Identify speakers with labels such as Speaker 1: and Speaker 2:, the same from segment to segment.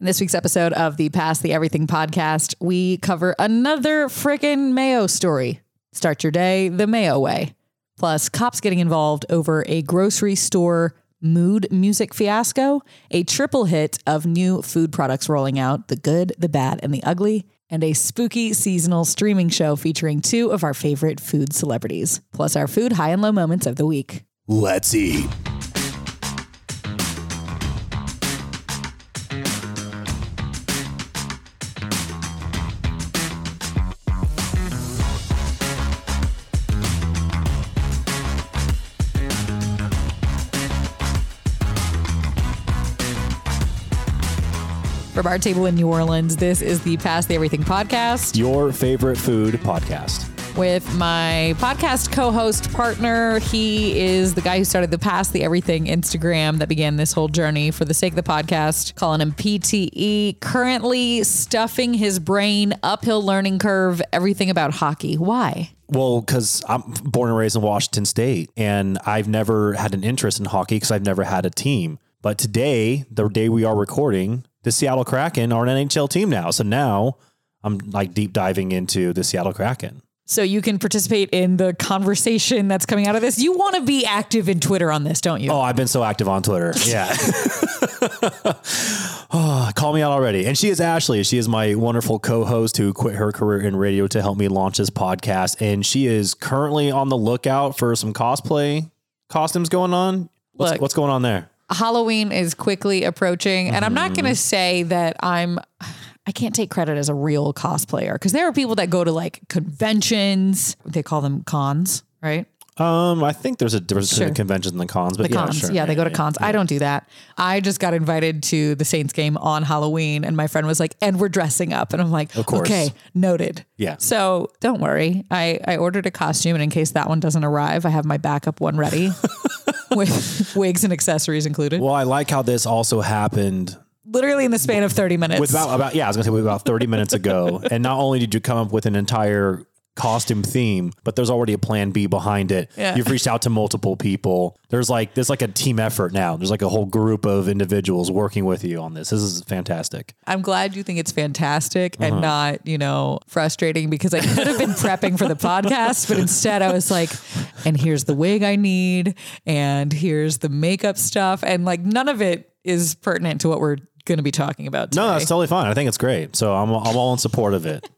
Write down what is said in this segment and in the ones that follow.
Speaker 1: In this week's episode of the Past the Everything podcast, we cover another frickin' Mayo story. Start your day the Mayo way. Plus, cops getting involved over a grocery store mood music fiasco, a triple hit of new food products rolling out the good, the bad, and the ugly, and a spooky seasonal streaming show featuring two of our favorite food celebrities, plus our food high and low moments of the week.
Speaker 2: Let's eat.
Speaker 1: From our table in New Orleans, this is the Pass the Everything podcast.
Speaker 2: Your favorite food podcast.
Speaker 1: with my podcast co-host partner. He is the guy who started the Pass the Everything Instagram that began this whole journey for the sake of the podcast, calling him PTE. Currently stuffing his brain uphill learning curve, everything about hockey. Why?
Speaker 2: Well, because I'm born and raised in Washington State, and I've never had an interest in hockey because I've never had a team. But today, the day we are recording, the Seattle Kraken are an NHL team now. So now I'm like deep diving into the Seattle Kraken.
Speaker 1: So you can participate in the conversation that's coming out of this. You want to be active in Twitter on this, don't you?
Speaker 2: Oh, I've been so active on Twitter. Yeah. oh, call me out already. And she is Ashley. She is my wonderful co host who quit her career in radio to help me launch this podcast. And she is currently on the lookout for some cosplay costumes going on. What's,
Speaker 1: Look.
Speaker 2: what's going on there?
Speaker 1: Halloween is quickly approaching, and I'm not
Speaker 2: Mm-hmm.
Speaker 1: going to say that I'm. I can't take credit as a real cosplayer because there are people that go to like conventions. They call them cons, right?
Speaker 2: Um, I think there's a difference between
Speaker 1: Sure.
Speaker 2: the conventions and the cons, but
Speaker 1: The
Speaker 2: yeah,
Speaker 1: cons.
Speaker 2: sure.
Speaker 1: yeah, they go to cons. I don't do that. I just got invited to the Saints game on Halloween, and my friend was like, "And we're dressing up," and I'm like,
Speaker 2: course.
Speaker 1: "Okay, noted."
Speaker 2: Yeah.
Speaker 1: So don't worry. I I ordered a costume, and in case that one doesn't arrive, I have my backup one ready with wigs and accessories included.
Speaker 2: Well, I like how this also happened
Speaker 1: Literally in the span of 30 minutes.
Speaker 2: with about, about yeah, I was gonna say with about thirty minutes ago. And not only did you come up with an entire costume theme, but there's already a plan B behind it.
Speaker 1: Yeah.
Speaker 2: You've reached out to multiple people. There's like there's like a team effort now. There's like a whole group of individuals working with you on this. This is fantastic.
Speaker 1: I'm glad you think it's fantastic
Speaker 2: Uh-huh.
Speaker 1: and not, you know, frustrating because I could have been prepping for the podcast, but instead I was like, and here's the wig I need, and here's the makeup stuff. And like none of it is pertinent to what we're going to be talking about today.
Speaker 2: No, that's totally fine. I think it's great. So I'm I'm all in support of it.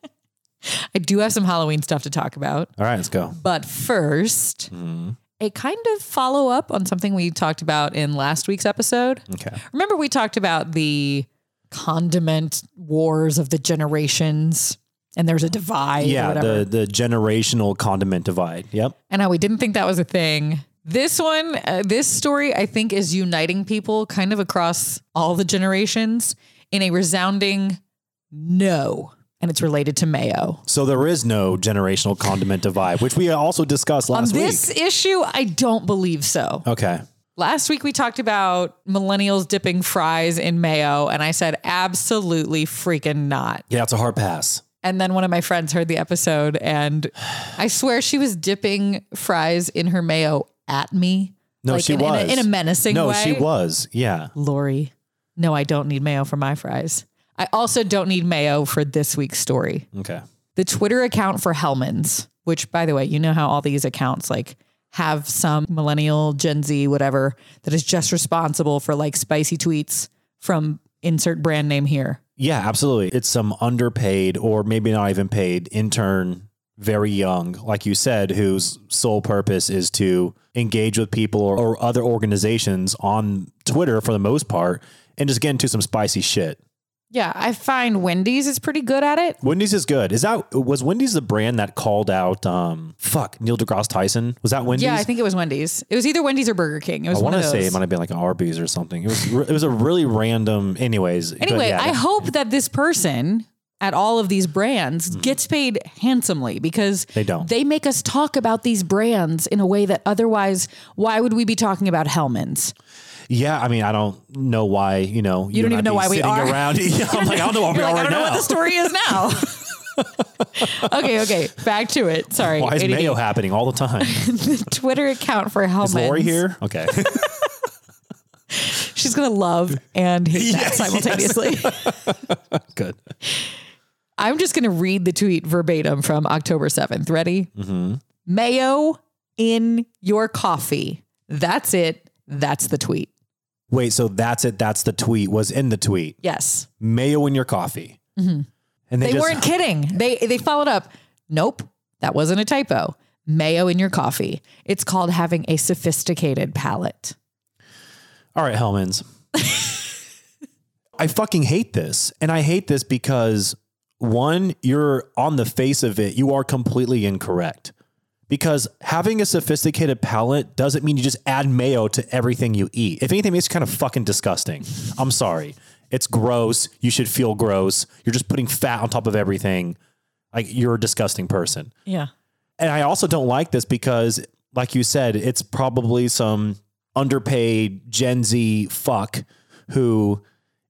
Speaker 1: I do have some Halloween stuff to talk about.
Speaker 2: All right, let's go.
Speaker 1: But 1st
Speaker 2: Mm-hmm.
Speaker 1: a kind of follow up on something we talked about in last week's episode.
Speaker 2: Okay.
Speaker 1: Remember, we talked about the condiment wars of the generations, and there's a divide. or
Speaker 2: Yeah,
Speaker 1: whatever,
Speaker 2: the the generational condiment divide. Yep.
Speaker 1: and how we didn't think that was a thing. This one, uh, this story, I think, is uniting people kind of across all the generations in a resounding no, and it's related to mayo.
Speaker 2: So there is no generational condiment divide, which we also discussed
Speaker 1: On
Speaker 2: last week.
Speaker 1: this issue, I don't believe so.
Speaker 2: Okay.
Speaker 1: Last week we talked about millennials dipping fries in mayo, and I said absolutely freaking not.
Speaker 2: Yeah, it's a hard pass.
Speaker 1: And then one of my friends heard the episode, and I swear she was dipping fries in her mayo at me.
Speaker 2: No,
Speaker 1: Like,
Speaker 2: she
Speaker 1: in, in a-
Speaker 2: was
Speaker 1: in a, menacing
Speaker 2: no,
Speaker 1: way.
Speaker 2: she was. Yeah.
Speaker 1: Lori, no, I don't need mayo for my fries. I also don't need mayo for this week's story.
Speaker 2: Okay.
Speaker 1: The Twitter account for Hellman's, which by the way, you know how all these accounts like have some millennial, Gen Z, whatever, that is just responsible for like spicy tweets from insert brand name here.
Speaker 2: Yeah, absolutely. It's some underpaid or maybe not even paid intern, very young, like you said, whose sole purpose is to engage with people or, or other organizations on Twitter for the most part and just get into some spicy shit.
Speaker 1: Yeah, I find Wendy's is pretty good at it.
Speaker 2: Wendy's is good. Is that was Wendy's the brand that called out um fuck Neil deGrasse Tyson? Was that Wendy's?
Speaker 1: Yeah, I think it was Wendy's. It was either Wendy's or Burger King. It was
Speaker 2: I
Speaker 1: one
Speaker 2: want
Speaker 1: of
Speaker 2: to
Speaker 1: those.
Speaker 2: say it might have been like an Arby's or something. It was re- it was a really random. Anyways, but
Speaker 1: Anyway,
Speaker 2: yeah,
Speaker 1: I hope that this person at all of these brands gets paid handsomely because
Speaker 2: Hmm. They don't.
Speaker 1: They make us talk about these brands in a way that otherwise, why would we be talking about Hellman's?
Speaker 2: yeah. I mean, I don't know why. You know, you,
Speaker 1: don't
Speaker 2: and
Speaker 1: even
Speaker 2: I
Speaker 1: know
Speaker 2: be
Speaker 1: why we
Speaker 2: sitting
Speaker 1: are.
Speaker 2: around. Yeah, I'm like, I don't know why we
Speaker 1: You're
Speaker 2: are
Speaker 1: like, I don't
Speaker 2: right
Speaker 1: know what
Speaker 2: now.
Speaker 1: the story is now. okay, okay, back to it. Sorry.
Speaker 2: Why is
Speaker 1: ADD.
Speaker 2: mayo happening all the time?
Speaker 1: Twitter account for Hellman's.
Speaker 2: Lori here. Okay,
Speaker 1: She's She's going to love and hate that
Speaker 2: Yes, yes.
Speaker 1: simultaneously.
Speaker 2: Good.
Speaker 1: I'm just going to read the tweet verbatim from October 7th. Ready?
Speaker 2: Mm-hmm.
Speaker 1: Mayo in your coffee. That's it. That's the tweet.
Speaker 2: Wait, so that's it. That's the tweet was in the tweet.
Speaker 1: Yes.
Speaker 2: Mayo in your coffee. And they,
Speaker 1: Mm-hmm. They
Speaker 2: just,
Speaker 1: weren't kidding. They they followed up. Nope, that wasn't a typo. Mayo in your coffee. It's called having a sophisticated palate.
Speaker 2: All right, Hellman's. I fucking hate this. And I hate this because one, you're on the face of it, you are completely incorrect. Because having a sophisticated palate doesn't mean you just add mayo to everything you eat. If anything, it makes you kind of fucking disgusting. I'm sorry. It's gross. You should feel gross. You're just putting fat on top of everything. Like you're a disgusting person.
Speaker 1: Yeah.
Speaker 2: And I also don't like this because, like you said, it's probably some underpaid Gen Z fuck who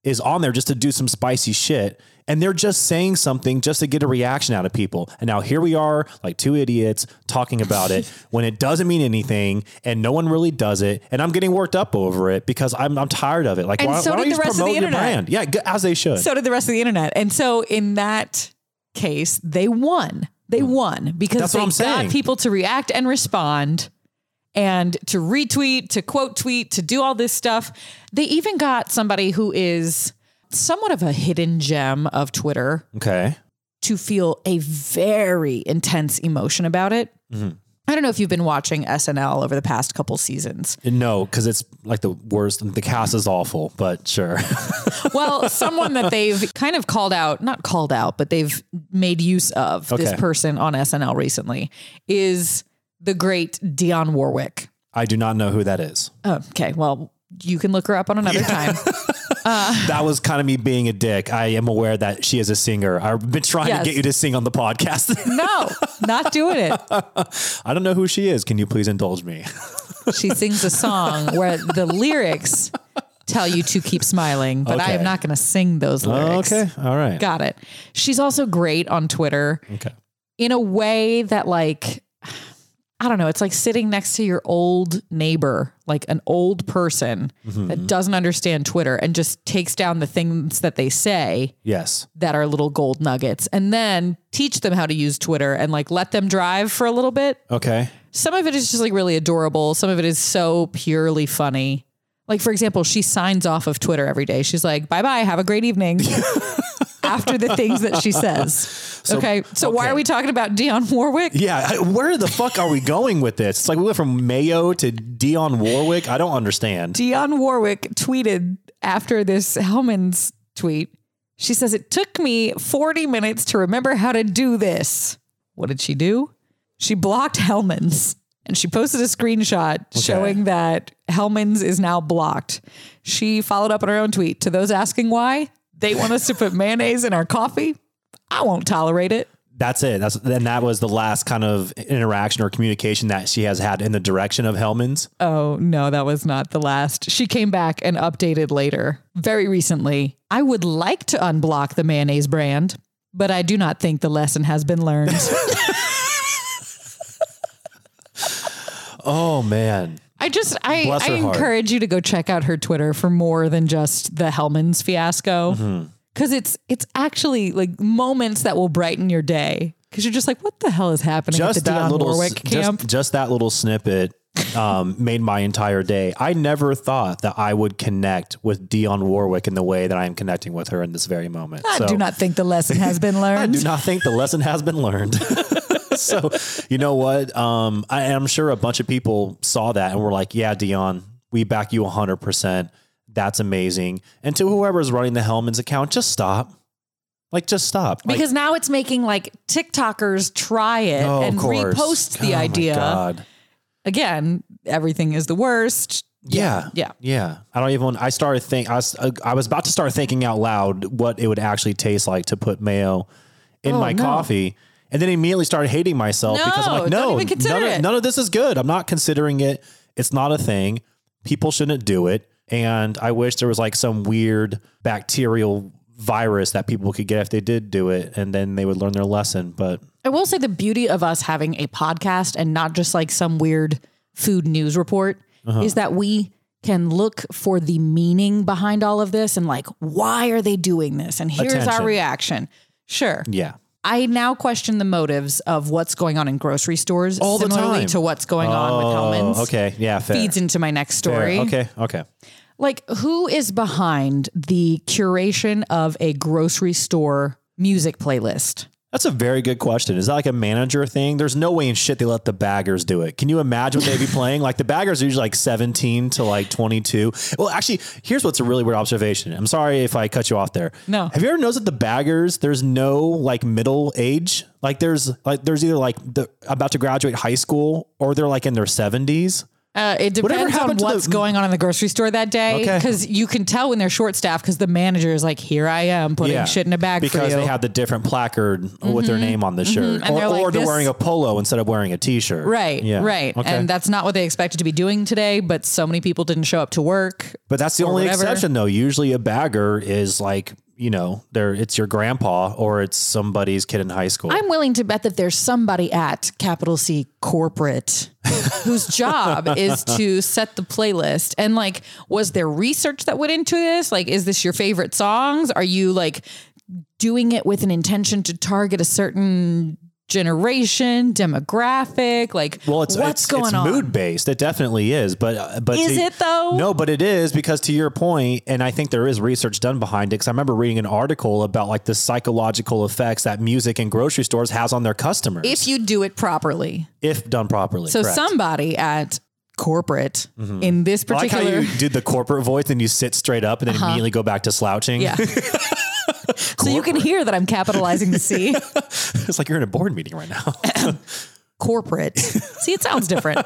Speaker 2: is on there just to do some spicy shit. And they're just saying something just to get a reaction out of people. And now here we are, like two idiots talking about it when it doesn't mean anything and no one really does it. And I'm getting worked up over it because I'm, I'm tired of it. Like,
Speaker 1: And
Speaker 2: why,
Speaker 1: so
Speaker 2: why don't
Speaker 1: did
Speaker 2: you
Speaker 1: the
Speaker 2: just
Speaker 1: rest of the
Speaker 2: promote your
Speaker 1: internet.
Speaker 2: brand? Yeah, g- as they should.
Speaker 1: So did the rest of the internet. And so in that case, they won. They won because
Speaker 2: Hmm. That's
Speaker 1: they
Speaker 2: what I'm
Speaker 1: got
Speaker 2: saying.
Speaker 1: people to react and respond and to retweet, to quote tweet, to do all this stuff. They even got somebody who is somewhat of a hidden gem of Twitter
Speaker 2: okay.
Speaker 1: to feel a very intense emotion about it.
Speaker 2: Mm-hmm.
Speaker 1: I don't know if you've been watching SNL over the past couple seasons.
Speaker 2: No, because it's like the worst. The cast is awful, but sure.
Speaker 1: Well, someone that they've kind of called out, not called out, but they've made use of this
Speaker 2: Okay.
Speaker 1: person on SNL recently is the great Dionne Warwick.
Speaker 2: I do not know who that is.
Speaker 1: Oh, okay, well, you can look her up on another time.
Speaker 2: that was kind of me being a dick. I am aware that she is a singer. I've been trying
Speaker 1: Yes.
Speaker 2: to get you to sing on the podcast.
Speaker 1: No, not doing it.
Speaker 2: I don't know who she is. Can you please indulge me?
Speaker 1: She sings a song where the lyrics tell you to keep smiling, but I am
Speaker 2: Okay.
Speaker 1: not going to sing those lyrics.
Speaker 2: All right.
Speaker 1: Got it. She's also great on Twitter.
Speaker 2: Okay.
Speaker 1: in a way that like I don't know, it's like sitting next to your old neighbor, like an old person that doesn't understand Twitter and just takes down the things that they say
Speaker 2: Yes.
Speaker 1: that are little gold nuggets and then teach them how to use Twitter and like let them drive for a little bit.
Speaker 2: Okay.
Speaker 1: Some of it is just like really adorable, some of it is so purely funny. Like for example, she signs off of Twitter every day. She's like, "Bye-bye, have a great evening." After the things that she says. okay. So why
Speaker 2: okay.
Speaker 1: are we talking about Dionne Warwick?
Speaker 2: Yeah. I- Where the fuck are we going with this? It's like we went from Mayo to Dion Warwick. I don't understand.
Speaker 1: Dionne Warwick tweeted after this Hellman's tweet. She says, It took me 40 minutes to remember how to do this. What did she do? She blocked Hellman's and she posted a screenshot showing that Hellman's is now blocked. She followed up on her own tweet to those asking why they want us to put mayonnaise in our coffee. I won't tolerate it.
Speaker 2: That's it. That's and that was the last kind of interaction or communication that she has had in the direction of Hellman's.
Speaker 1: Oh, no, that was not the last. She came back and updated later, very recently. I would like to unblock the mayonnaise brand, but I do not think the lesson has been learned.
Speaker 2: Oh man.
Speaker 1: I just, I,
Speaker 2: Bless
Speaker 1: I
Speaker 2: her heart.
Speaker 1: encourage you to go check out her Twitter for more than just the Hellman's fiasco.
Speaker 2: Mm-hmm.
Speaker 1: Cause it's, it's actually like moments that will brighten your day. Cause you're just like, what the hell is happening at
Speaker 2: just
Speaker 1: the
Speaker 2: that
Speaker 1: Dionne
Speaker 2: little
Speaker 1: Warwick
Speaker 2: just-
Speaker 1: camp?
Speaker 2: Just, that little snippet um, made my entire day. I never thought that I would connect with Dionne Warwick in the way that I am connecting with her in this very moment.
Speaker 1: I Ah, do not think the lesson has been
Speaker 2: I
Speaker 1: learned.
Speaker 2: do not think the lesson has been learned. so you know what? Um, I am sure a bunch of people saw that and were like, "Yeah, Dion, we back you 100. percent That's amazing." And to whoever's running the Hellman's account, just stop. Like, just stop. Like,
Speaker 1: Because now it's making like TikTokers try it
Speaker 2: oh, of
Speaker 1: and
Speaker 2: course.
Speaker 1: repost
Speaker 2: Oh,
Speaker 1: the
Speaker 2: my
Speaker 1: idea.
Speaker 2: God.
Speaker 1: Again, everything is the worst.
Speaker 2: Yeah.
Speaker 1: Yeah.
Speaker 2: Yeah. I don't even, I started think I was, I was about to start thinking out loud what it would actually taste like to put mayo in
Speaker 1: Oh,
Speaker 2: my
Speaker 1: no.
Speaker 2: coffee. And then immediately started hating myself because I'm
Speaker 1: No,
Speaker 2: like,
Speaker 1: don't
Speaker 2: no,
Speaker 1: even consider
Speaker 2: none,
Speaker 1: it.
Speaker 2: Of, none of this is good. I'm not considering it. It's not a thing. People shouldn't do it. And I wish there was like some weird bacterial virus that people could get if they did do it and then they would learn their lesson. But
Speaker 1: I will say the beauty of us
Speaker 2: Uh-huh.
Speaker 1: having a podcast and not just like some weird food news report is that we can look for the meaning behind all of this and like, why are they doing this? And here's our
Speaker 2: Attention.
Speaker 1: reaction. Sure.
Speaker 2: Yeah.
Speaker 1: I now question the motives of what's going on in grocery stores
Speaker 2: All the
Speaker 1: similarly
Speaker 2: time. Oh,
Speaker 1: to what's going on with Hellman's.
Speaker 2: Okay. Yeah. Fair.
Speaker 1: Feeds into my next
Speaker 2: Fair.
Speaker 1: story.
Speaker 2: Okay. Okay.
Speaker 1: Like, who is behind the curation of a grocery store music playlist?
Speaker 2: That's a very good question. Is that like a manager thing? There's no way in shit they let the baggers do it. Can you imagine what they'd be playing? Like the baggers are usually like 17 to like 22. Well, actually, here's what's a really weird observation. I'm sorry if I cut you off there.
Speaker 1: No.
Speaker 2: Have you ever noticed that the baggers, there's no like middle age? Like there's like there's either like the about to graduate high school or they're like in their 70s.
Speaker 1: Uh, it depends on
Speaker 2: happened to the-
Speaker 1: what's going on in the grocery store that day,
Speaker 2: Okay.
Speaker 1: because you can tell when they're short staffed because the manager is like, "Here I am putting shit in a bag
Speaker 2: because
Speaker 1: for you." Mm-hmm.
Speaker 2: they have the different placard with their name on the shirt,
Speaker 1: And
Speaker 2: or,
Speaker 1: they're like,
Speaker 2: or they're
Speaker 1: this-
Speaker 2: wearing a polo instead of wearing a t-shirt.
Speaker 1: right,
Speaker 2: Yeah.
Speaker 1: right,
Speaker 2: Okay.
Speaker 1: and that's not what they expected to be doing today. But so many people didn't show up to work.
Speaker 2: But that's the
Speaker 1: or
Speaker 2: only
Speaker 1: whatever.
Speaker 2: exception, though. Usually, a bagger is like you know, there it's your grandpa or it's somebody's kid in high school.
Speaker 1: I'm willing to bet that there's somebody at capital C corporate whose job is to set the playlist. And like, was there research that went into this? Like, is this your favorite songs? Are you like doing it with an intention to target a certain generation, demographic? Like,
Speaker 2: well, it's
Speaker 1: what's
Speaker 2: it's,
Speaker 1: going
Speaker 2: it's
Speaker 1: on?
Speaker 2: mood based. It definitely is, but uh, but
Speaker 1: Is
Speaker 2: to-
Speaker 1: it, though?
Speaker 2: No, but it is because to your point, and I think there is research done behind it. Because I remember reading an article about like the psychological effects that music in grocery stores has on their customers
Speaker 1: If you do it properly.
Speaker 2: if done properly.
Speaker 1: So
Speaker 2: correct. Mm-hmm.
Speaker 1: somebody at corporate in this
Speaker 2: I like how
Speaker 1: particular Uh-huh.
Speaker 2: you did the corporate voice and you sit straight up and then immediately go back to slouching.
Speaker 1: yeah. so you can hear that I'm capitalizing the C.
Speaker 2: it's like you're in a board meeting right now.
Speaker 1: corporate. See, it sounds different.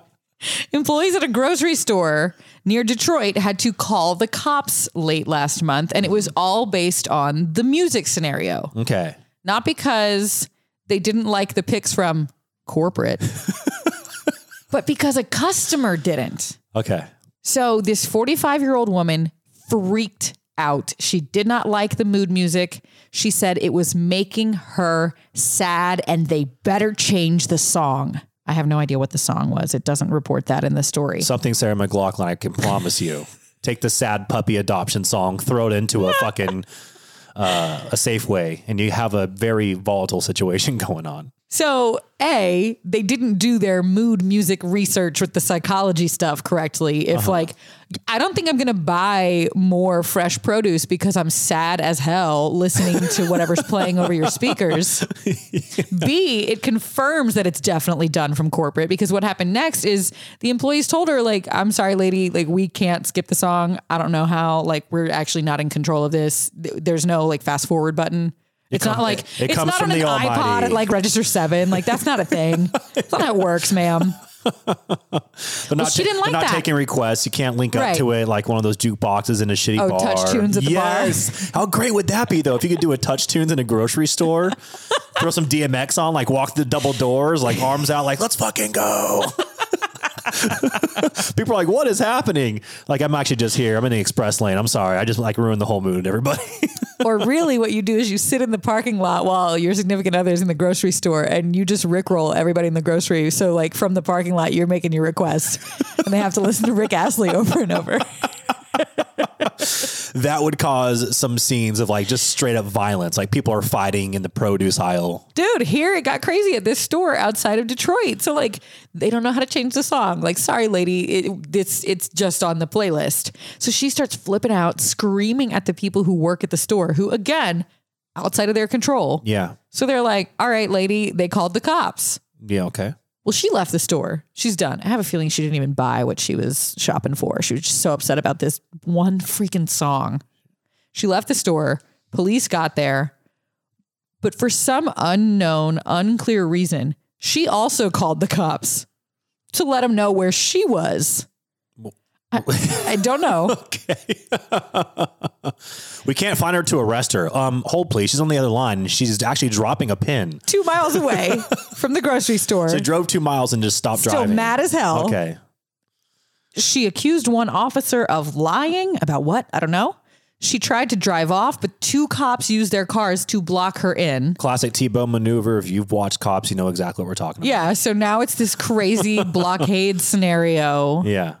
Speaker 1: Employees at a grocery store near Detroit had to call the cops late last month, and it was all based on the music scenario,
Speaker 2: okay.
Speaker 1: not because they didn't like the picks from corporate, but because a customer didn't.
Speaker 2: Okay.
Speaker 1: So this 45 year old woman freaked out. She did not like the mood music. She said it was making her sad and they better change the song. I have no idea what the song was. It doesn't report that in the story.
Speaker 2: Something Sarah McLaughlin, I can promise you. Take the sad puppy adoption song, throw it into a fucking uh, a safe way, and you have a very volatile situation going on.
Speaker 1: So, A, they didn't do their mood music research with the psychology stuff correctly. If, like, I don't think I'm going to buy more fresh produce because I'm sad as hell listening to whatever's playing over your speakers. B, it confirms that it's definitely done from corporate because what happened next is the employees told her, like, I'm sorry, lady, like, we can't skip the song. I don't know how. Like, we're actually not in control of this. Th- There's no, like, fast forward button. It's not
Speaker 2: come-
Speaker 1: like
Speaker 2: it
Speaker 1: it's
Speaker 2: comes
Speaker 1: not
Speaker 2: from
Speaker 1: on an
Speaker 2: the
Speaker 1: iPod
Speaker 2: Almighty.
Speaker 1: at like register seven. Like that's not a thing. That's not how it works, ma'am.
Speaker 2: But not,
Speaker 1: she
Speaker 2: ta-
Speaker 1: didn't
Speaker 2: they're
Speaker 1: like
Speaker 2: not
Speaker 1: that.
Speaker 2: taking requests. You can't link
Speaker 1: Right.
Speaker 2: up to it like one of those jukeboxes in a shitty
Speaker 1: Oh,
Speaker 2: bar.
Speaker 1: touch tunes at the bar.
Speaker 2: yes. How great would that be though? If you could do a touch tunes in a grocery store, throw some DMX on, like walk through the double doors, like arms out, like let's fucking go. People are like, what is happening? Like, I'm actually just here. I'm in the express lane. I'm sorry. I just like ruined the whole mood, everybody.
Speaker 1: Or really, what you do is you sit in the parking lot while your significant other is in the grocery store, and you just rickroll everybody in the grocery. So like from the parking lot, you're making your request, and they have to listen to Rick Astley over and over.
Speaker 2: that would cause some scenes of like just straight up violence. Like people are fighting in the produce aisle.
Speaker 1: Dude, here it got crazy at this store outside of Detroit. So like they don't know how to change the song. Like, sorry, lady, it, it's it's just on the playlist. So she starts flipping out, screaming at the people who work at the store, who again, outside of their control.
Speaker 2: Yeah.
Speaker 1: So they're like, all right, lady, they called the cops.
Speaker 2: Yeah. Okay.
Speaker 1: Well, she left the store. She's done. I have a feeling she didn't even buy what she was shopping for. She was just so upset about this one freaking song. She left the store. Police got there. But for some unknown, unclear reason, she also called the cops to let them know where she was. I, I don't know.
Speaker 2: Okay. we can't find her to arrest her. Um, hold please. She's on the other line. She's actually dropping a pin.
Speaker 1: Two miles away from the grocery store.
Speaker 2: They drove two miles and just stopped
Speaker 1: Still
Speaker 2: driving.
Speaker 1: mad as hell.
Speaker 2: Okay.
Speaker 1: She accused one officer of lying about what? I don't know. She tried to drive off, but two cops used their cars to block her in.
Speaker 2: Classic T-bone maneuver. If you've watched Cops, you know exactly what we're talking about.
Speaker 1: Yeah, so now it's this crazy blockade scenario.
Speaker 2: Yeah.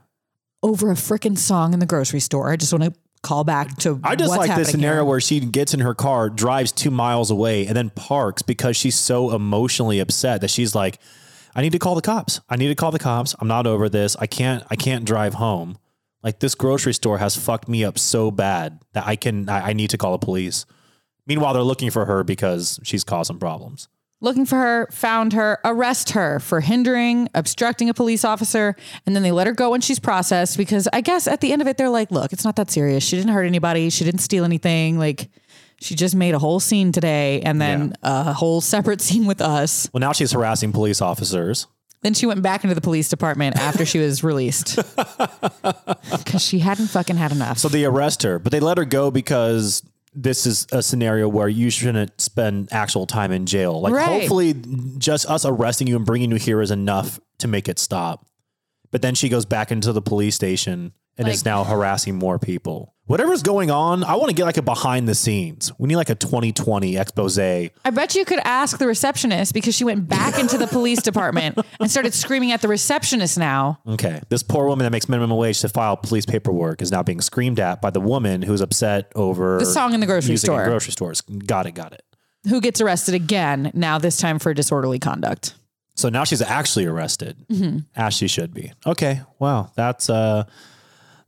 Speaker 1: over a freaking song in the grocery store. I just want to call back to
Speaker 2: I just
Speaker 1: what's
Speaker 2: like
Speaker 1: happening
Speaker 2: this scenario
Speaker 1: here.
Speaker 2: where she gets in her car, drives two miles away, and then parks because she's so emotionally upset that she's like, I need to call the cops. I need to call the cops. I'm not over this. I can't I can't drive home. Like this grocery store has fucked me up so bad that I can I, I need to call the police. Meanwhile, they're looking for her because she's causing problems.
Speaker 1: looking for her, found her, arrest her for hindering, obstructing a police officer, and then they let her go when she's processed because I guess at the end of it they're like, look, it's not that serious. She didn't hurt anybody, she didn't steal anything. Like she just made a whole scene today and then a whole separate scene with us.
Speaker 2: Well, now she's harassing police officers.
Speaker 1: Then she went back into the police department after she was released because she hadn't fucking had enough.
Speaker 2: So they arrest her, but they let her go because this is a scenario where you shouldn't spend actual time in jail. Like
Speaker 1: Right.
Speaker 2: hopefully just us arresting you and bringing you here is enough to make it stop. But then she goes back into the police station and is
Speaker 1: Like-
Speaker 2: now harassing more people. Whatever's going on, I want to get like a behind the scenes. We need like a 2020 expose.
Speaker 1: I bet you could ask the receptionist because she went back into the police department and started screaming at the receptionist now.
Speaker 2: Okay. This poor woman that makes minimum wage to file police paperwork is now being screamed at by the woman who's upset over
Speaker 1: The song in the grocery
Speaker 2: music in
Speaker 1: store.
Speaker 2: grocery stores. Got it. Got it.
Speaker 1: who gets arrested again now this time for disorderly conduct
Speaker 2: So now she's actually arrested,
Speaker 1: Mm-hmm.
Speaker 2: as she should be. Okay, wow, that's uh,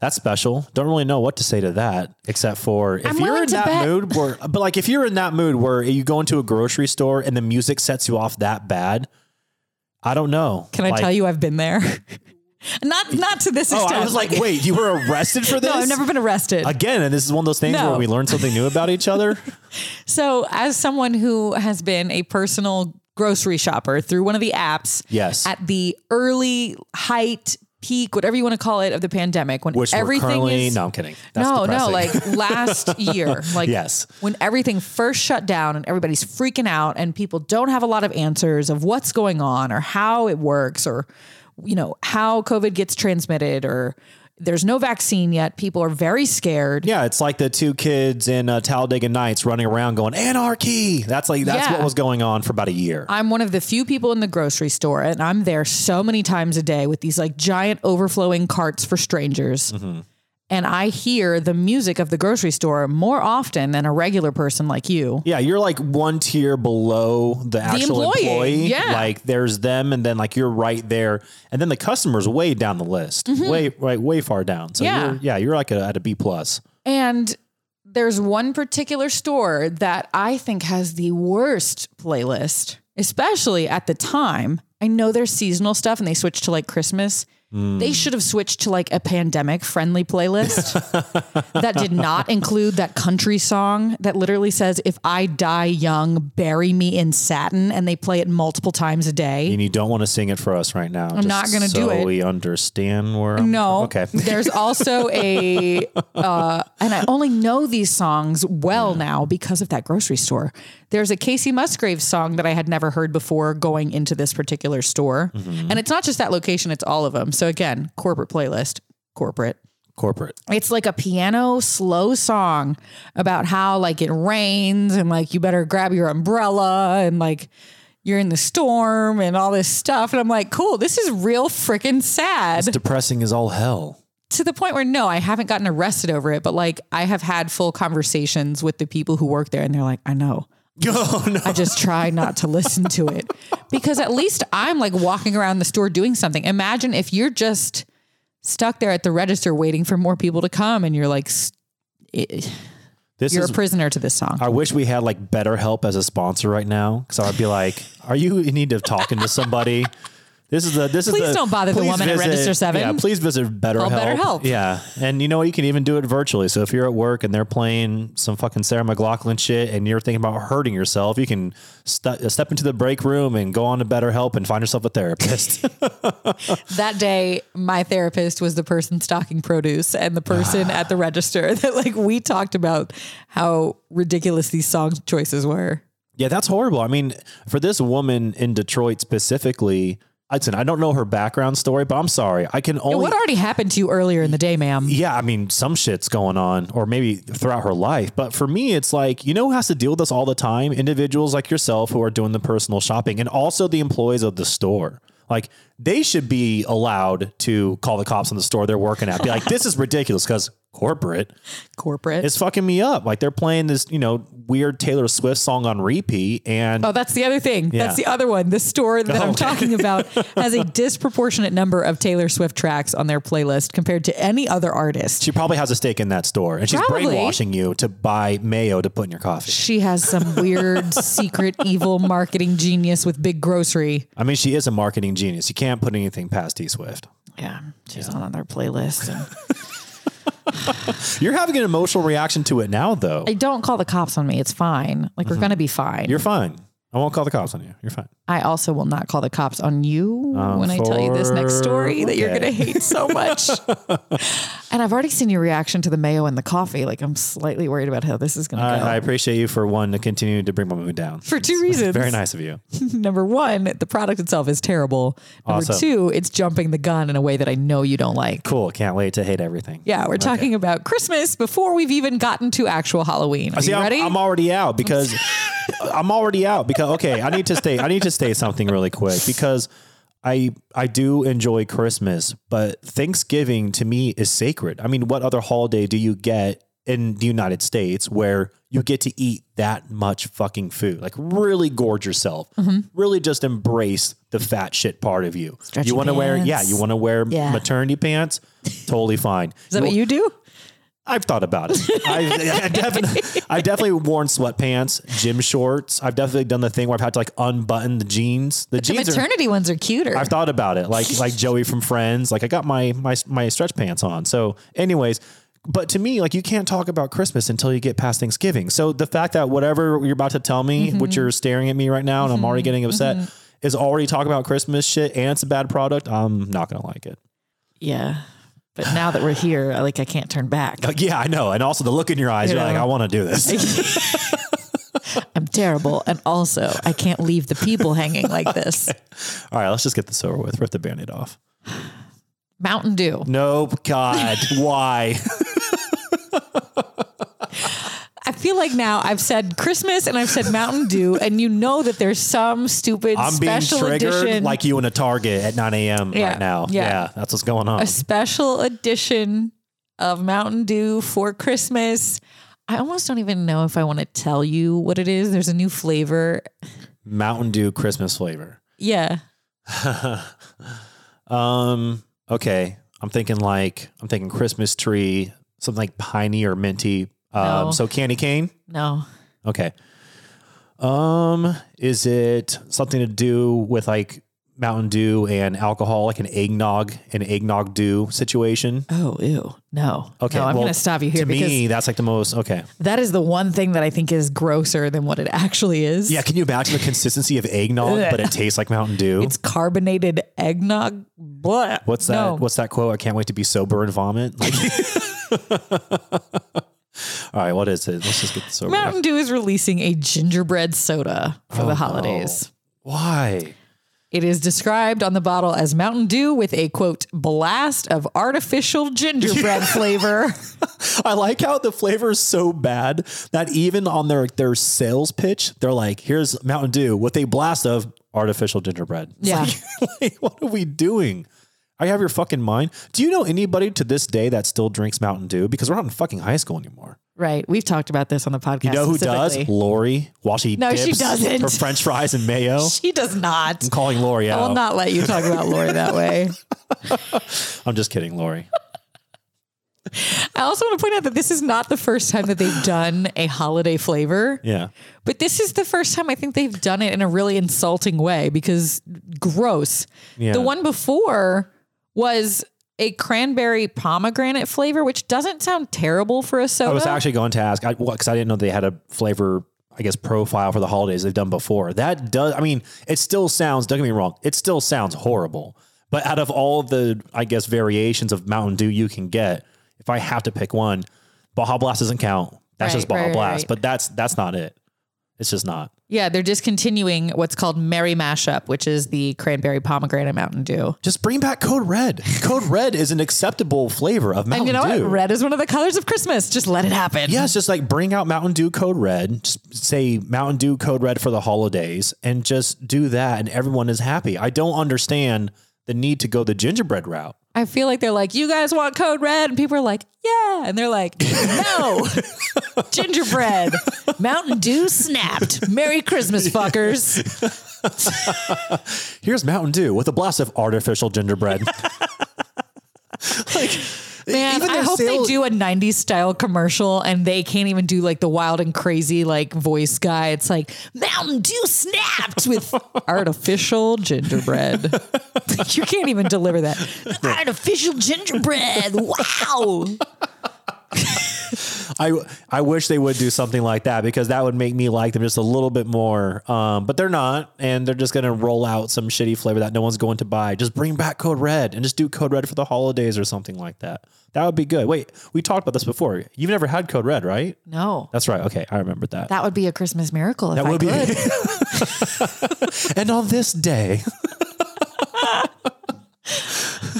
Speaker 2: that's special. Don't really know what to say to that, except for if
Speaker 1: I'm
Speaker 2: you're
Speaker 1: willing
Speaker 2: in
Speaker 1: to
Speaker 2: that
Speaker 1: bet-
Speaker 2: mood, where, but like if you're in that mood where you go into a grocery store and the music sets you off that bad, I don't know.
Speaker 1: can i
Speaker 2: Like-
Speaker 1: tell you i've been there not not to this
Speaker 2: Oh,
Speaker 1: extent
Speaker 2: I was like, wait, you were arrested for this?
Speaker 1: no i've never been arrested
Speaker 2: Again, and this is one of those things
Speaker 1: No.
Speaker 2: where we learn something new about each other.
Speaker 1: so as someone who has been a personal grocery shopper through one of the apps
Speaker 2: Yes.
Speaker 1: at the early height peak whatever you want to call it of the pandemic when
Speaker 2: Which we're
Speaker 1: everything
Speaker 2: currently,
Speaker 1: is
Speaker 2: no, I'm kidding. That's
Speaker 1: no, no,
Speaker 2: depressing.
Speaker 1: like last year, like
Speaker 2: Yes.
Speaker 1: when everything first shut down and everybody's freaking out and people don't have a lot of answers of what's going on or how it works or you know how COVID gets transmitted or there's no vaccine yet. People are very scared.
Speaker 2: Yeah, it's like the two kids in uh, Talladega Nights running around going anarchy. That's like that's
Speaker 1: Yeah.
Speaker 2: what was going on for about a year.
Speaker 1: I'm one of the few people in the grocery store, and I'm there so many times a day with these like giant overflowing carts for strangers.
Speaker 2: Mm-hmm.
Speaker 1: And I hear the music of the grocery store more often than a regular person like you.
Speaker 2: yeah, you're like one tier below the actual
Speaker 1: employee,
Speaker 2: employee.
Speaker 1: yeah.
Speaker 2: Like there's them and then like you're right there and then the customer's way down the list. Way right way far down. So
Speaker 1: Mm-hmm. Yeah.
Speaker 2: you're yeah, you're like a, at a B plus.
Speaker 1: And there's one particular store that I think has the worst playlist, especially at the time. I know there's seasonal stuff and they switched to like Christmas. They should have switched to like a pandemic friendly playlist that did not include that country song that literally says, If I die young, bury me in satin. And they play it multiple times a day.
Speaker 2: And you don't want to sing it for us right now. I'm
Speaker 1: not gonna do it.
Speaker 2: we understand where I'm
Speaker 1: No.
Speaker 2: Um, Okay.
Speaker 1: There's also a, uh, and I only know these songs well now because of that grocery store. There's a Casey Musgrave song that I had never heard before going into this particular store. And it's not just that location, it's all of them. So again, corporate playlist, corporate.
Speaker 2: Corporate.
Speaker 1: It's like a piano slow song about how like it rains and like you better grab your umbrella and like you're in the storm and all this stuff. And I'm like, cool, this is real freaking sad
Speaker 2: It's depressing as all hell.
Speaker 1: to the point where no, I haven't gotten arrested over it, but like I have had full conversations with the people who work there and they're like, I know.
Speaker 2: oh no.
Speaker 1: I just try not to listen to it because at least I'm like walking around the store doing something. Imagine if you're just stuck there at the register waiting for more people to come and you're like, s- it-
Speaker 2: This
Speaker 1: you're
Speaker 2: is
Speaker 1: a prisoner to this song.
Speaker 2: I wish we had like BetterHelp as a sponsor right now, because I'd be like, "Are you in need of talking to somebody?" This is the this is
Speaker 1: Please
Speaker 2: the,
Speaker 1: don't bother the
Speaker 2: please
Speaker 1: woman at Register Seven.
Speaker 2: Yeah, please visit BetterHelp.
Speaker 1: BetterHelp.
Speaker 2: Yeah, and you know what? You can even do it virtually. So if you're at work and they're playing some fucking Sarah McLaughlin shit, and you're thinking about hurting yourself, you can stu- uh, step into the break room and go on to BetterHelp and find yourself a therapist.
Speaker 1: That day, my therapist was the person stocking produce and the person at the register that like we talked about how ridiculous these song choices were.
Speaker 2: Yeah, that's horrible. I mean, for this woman in Detroit specifically, listen, I don't know her background story, but I'm sorry, I can only
Speaker 1: What already happened to you earlier in the day, ma'am?
Speaker 2: yeah, I mean, some shit's going on, or maybe throughout her life. But for me, it's like, you know, who has to deal with this all the time? Individuals like yourself who are doing the personal shopping and also the employees of the store. Like they should be allowed to call the cops on the store they're working at. Be like, this is ridiculous because corporate
Speaker 1: Corporate.
Speaker 2: is fucking me up. Like they're playing this, you know, weird Taylor Swift song on repeat, and
Speaker 1: Oh, that's the other thing. That's the other one. The store that I'm
Speaker 2: okay.
Speaker 1: talking about has a disproportionate number of Taylor Swift tracks on their playlist compared to any other artist.
Speaker 2: she probably has a stake in that store, and she's
Speaker 1: Probably.
Speaker 2: brainwashing you to buy mayo to put in your coffee.
Speaker 1: She has some weird secret evil marketing genius with big grocery.
Speaker 2: I mean, she is a marketing genius. You can't put anything past T Swift.
Speaker 1: Yeah, she's on their playlist. And
Speaker 2: You're having an emotional reaction to it now, though.
Speaker 1: Hey, don't call the cops on me. It's fine. Like we're gonna be fine.
Speaker 2: You're fine. I won't call the cops on you. You're fine.
Speaker 1: I also will not call the cops on you when I tell you this next
Speaker 2: for-
Speaker 1: story that you're
Speaker 2: Uh, okay.
Speaker 1: gonna hate so much. and I've already seen your reaction to the mayo and the coffee. Like I'm slightly worried about how this is gonna go.
Speaker 2: I, I appreciate you for one to continue to bring my mood down.
Speaker 1: for two reasons.
Speaker 2: Very nice of you.
Speaker 1: Number one, the product itself is terrible. Number
Speaker 2: Awesome.
Speaker 1: two, it's jumping the gun in a way that I know you don't like.
Speaker 2: Cool. Can't wait to hate everything.
Speaker 1: Yeah, we're talking about Christmas before we've even gotten to actual Halloween. Are
Speaker 2: See,
Speaker 1: you
Speaker 2: I'm,
Speaker 1: ready?
Speaker 2: I'm already out because I'm already out because okay, I need to stay. I need to stay something really quick because I I do enjoy Christmas, but Thanksgiving to me is sacred. I mean, what other holiday do you get in the United States where you get to eat that much fucking food? Like really gorge yourself.
Speaker 1: Mm-hmm.
Speaker 2: Really just embrace the fat shit part of you.
Speaker 1: Stretchy
Speaker 2: you want to wear
Speaker 1: pants.
Speaker 2: yeah, you want to wear
Speaker 1: Yeah.
Speaker 2: maternity pants? Totally fine.
Speaker 1: is that what you do?
Speaker 2: I've thought about it. I've, I definitely, I've definitely worn sweatpants, gym shorts. I've definitely done the thing where I've had to like unbutton the jeans. The
Speaker 1: The
Speaker 2: jeans are.
Speaker 1: maternity ones are cuter.
Speaker 2: I've thought about it, like like Joey from Friends. Like I got my my my stretch pants on. So, anyways, but to me, like you can't talk about Christmas until you get past Thanksgiving. So the fact that whatever you're about to tell me, which you're staring at me right now, and I'm already getting upset, is already talking about Christmas shit, and it's a bad product. I'm not gonna like it.
Speaker 1: yeah. But now that we're here, I- like I can't turn back.
Speaker 2: Like, yeah, I know. And also the look in your eyes,
Speaker 1: You
Speaker 2: you're like,
Speaker 1: know.
Speaker 2: I want to do this.
Speaker 1: I'm terrible. And also, I can't leave the people hanging like this.
Speaker 2: All right, let's just get this over with. Rip the band-aid off.
Speaker 1: Mountain Dew.
Speaker 2: Nope. God, why?
Speaker 1: I feel like now I've said Christmas and I've said Mountain Dew, and you know that there's some stupid
Speaker 2: I'm being
Speaker 1: special
Speaker 2: triggered
Speaker 1: edition
Speaker 2: like you in a Target at 9 a.m.
Speaker 1: Yeah,
Speaker 2: right now.
Speaker 1: yeah.
Speaker 2: Yeah. that's what's going on.
Speaker 1: a special edition of Mountain Dew for Christmas. I almost don't even know if I want to tell you what it is. There's a new flavor.
Speaker 2: Mountain Dew Christmas flavor.
Speaker 1: Yeah.
Speaker 2: Um. Okay, I'm thinking like I'm thinking Christmas tree, something like piney or minty. Um.
Speaker 1: No.
Speaker 2: So candy cane.
Speaker 1: No.
Speaker 2: Okay. Um. Is it something to do with like Mountain Dew and alcohol, like an eggnog, an eggnog dew situation?
Speaker 1: Oh, ew. No.
Speaker 2: Okay,
Speaker 1: No, I'm
Speaker 2: well,
Speaker 1: going to stop you here
Speaker 2: to
Speaker 1: because
Speaker 2: me, that's like the most okay.
Speaker 1: that is the one thing that I think is grosser than what it actually is.
Speaker 2: Yeah, can you imagine the consistency of eggnog, but it tastes like Mountain Dew?
Speaker 1: It's carbonated eggnog. Blah.
Speaker 2: What's that?
Speaker 1: No.
Speaker 2: What's that quote? I can't wait to be sober and vomit. Like- All right, what is it? Let's just get this over. with.
Speaker 1: Mountain Dew is releasing a gingerbread soda for
Speaker 2: Oh,
Speaker 1: the holidays.
Speaker 2: Why?
Speaker 1: It is described on the bottle as Mountain Dew with a quote blast of artificial gingerbread flavor.
Speaker 2: I like how the flavor is so bad that even on their their sales pitch, they're like, "Here's Mountain Dew with a blast of artificial gingerbread." It's
Speaker 1: Yeah.
Speaker 2: like, like, what are we doing? Are you out of your fucking mind? Do you know anybody to this day that still drinks Mountain Dew? Because we're not in fucking high school anymore.
Speaker 1: Right. We've talked about this on the podcast.
Speaker 2: You know who does?
Speaker 1: specifically.
Speaker 2: Lori. While she
Speaker 1: No,
Speaker 2: dips
Speaker 1: she doesn't.
Speaker 2: her French fries and mayo. I'm
Speaker 1: She does not.
Speaker 2: calling Lori
Speaker 1: I
Speaker 2: out.
Speaker 1: will not let you talk about Lori that way.
Speaker 2: I'm just kidding, Lori.
Speaker 1: I also want to point out that this is not the first time that they've done a holiday flavor,
Speaker 2: Yeah.
Speaker 1: but this is the first time I think they've done it in a really insulting way because gross.
Speaker 2: Yeah.
Speaker 1: The one before was a cranberry pomegranate flavor, which doesn't sound terrible for a soda.
Speaker 2: I was actually going to ask because I, well, 'cause I didn't know they had a flavor, I guess, profile for the holidays they've done before. That does, I mean, it still sounds, don't get me wrong, it still sounds horrible. But out of all the, I guess, variations of Mountain Dew you can get, if I have to pick one, Baja Blast doesn't count. That's
Speaker 1: Right,
Speaker 2: just Baja
Speaker 1: right, right,
Speaker 2: Blast.
Speaker 1: right.
Speaker 2: But that's that's not it. It's just not.
Speaker 1: Yeah, they're discontinuing what's called Merry Mashup, which is the cranberry pomegranate Mountain Dew.
Speaker 2: Just bring back Code Red. Code Red is an acceptable flavor of
Speaker 1: And
Speaker 2: Mountain
Speaker 1: you know
Speaker 2: Dew.
Speaker 1: what? Red is one of the colors of Christmas. Just let it happen.
Speaker 2: Yeah, it's just like bring out Mountain Dew Code Red. Just say Mountain Dew Code Red for the holidays, and just do that, and everyone is happy. I don't understand the need to go the gingerbread route.
Speaker 1: I feel like they're like, you guys want code red? And people are like, yeah. And they're like, no. Gingerbread. Mountain Dew snapped. Merry Christmas, fuckers.
Speaker 2: Here's Mountain Dew with a blast of artificial gingerbread. like,
Speaker 1: Man,
Speaker 2: even
Speaker 1: I
Speaker 2: their
Speaker 1: hope
Speaker 2: sales-
Speaker 1: they do a 90s style commercial and they can't even do like the wild and crazy like voice guy. It's like, Mountain Dew snapped with artificial gingerbread. you can't even deliver that. Artificial gingerbread. Wow.
Speaker 2: I I wish they would do something like that because that would make me like them just a little bit more. Um, but they're not, and they're just gonna roll out some shitty flavor that no one's going to buy. Just bring back Code Red and just do Code Red for the holidays or something like that. That would be good. Wait, we talked about this before. You've never had Code Red, right?
Speaker 1: No.
Speaker 2: That's right. Okay, I remembered that.
Speaker 1: That would be a Christmas miracle if
Speaker 2: That
Speaker 1: I
Speaker 2: would
Speaker 1: could.
Speaker 2: be. and on this day.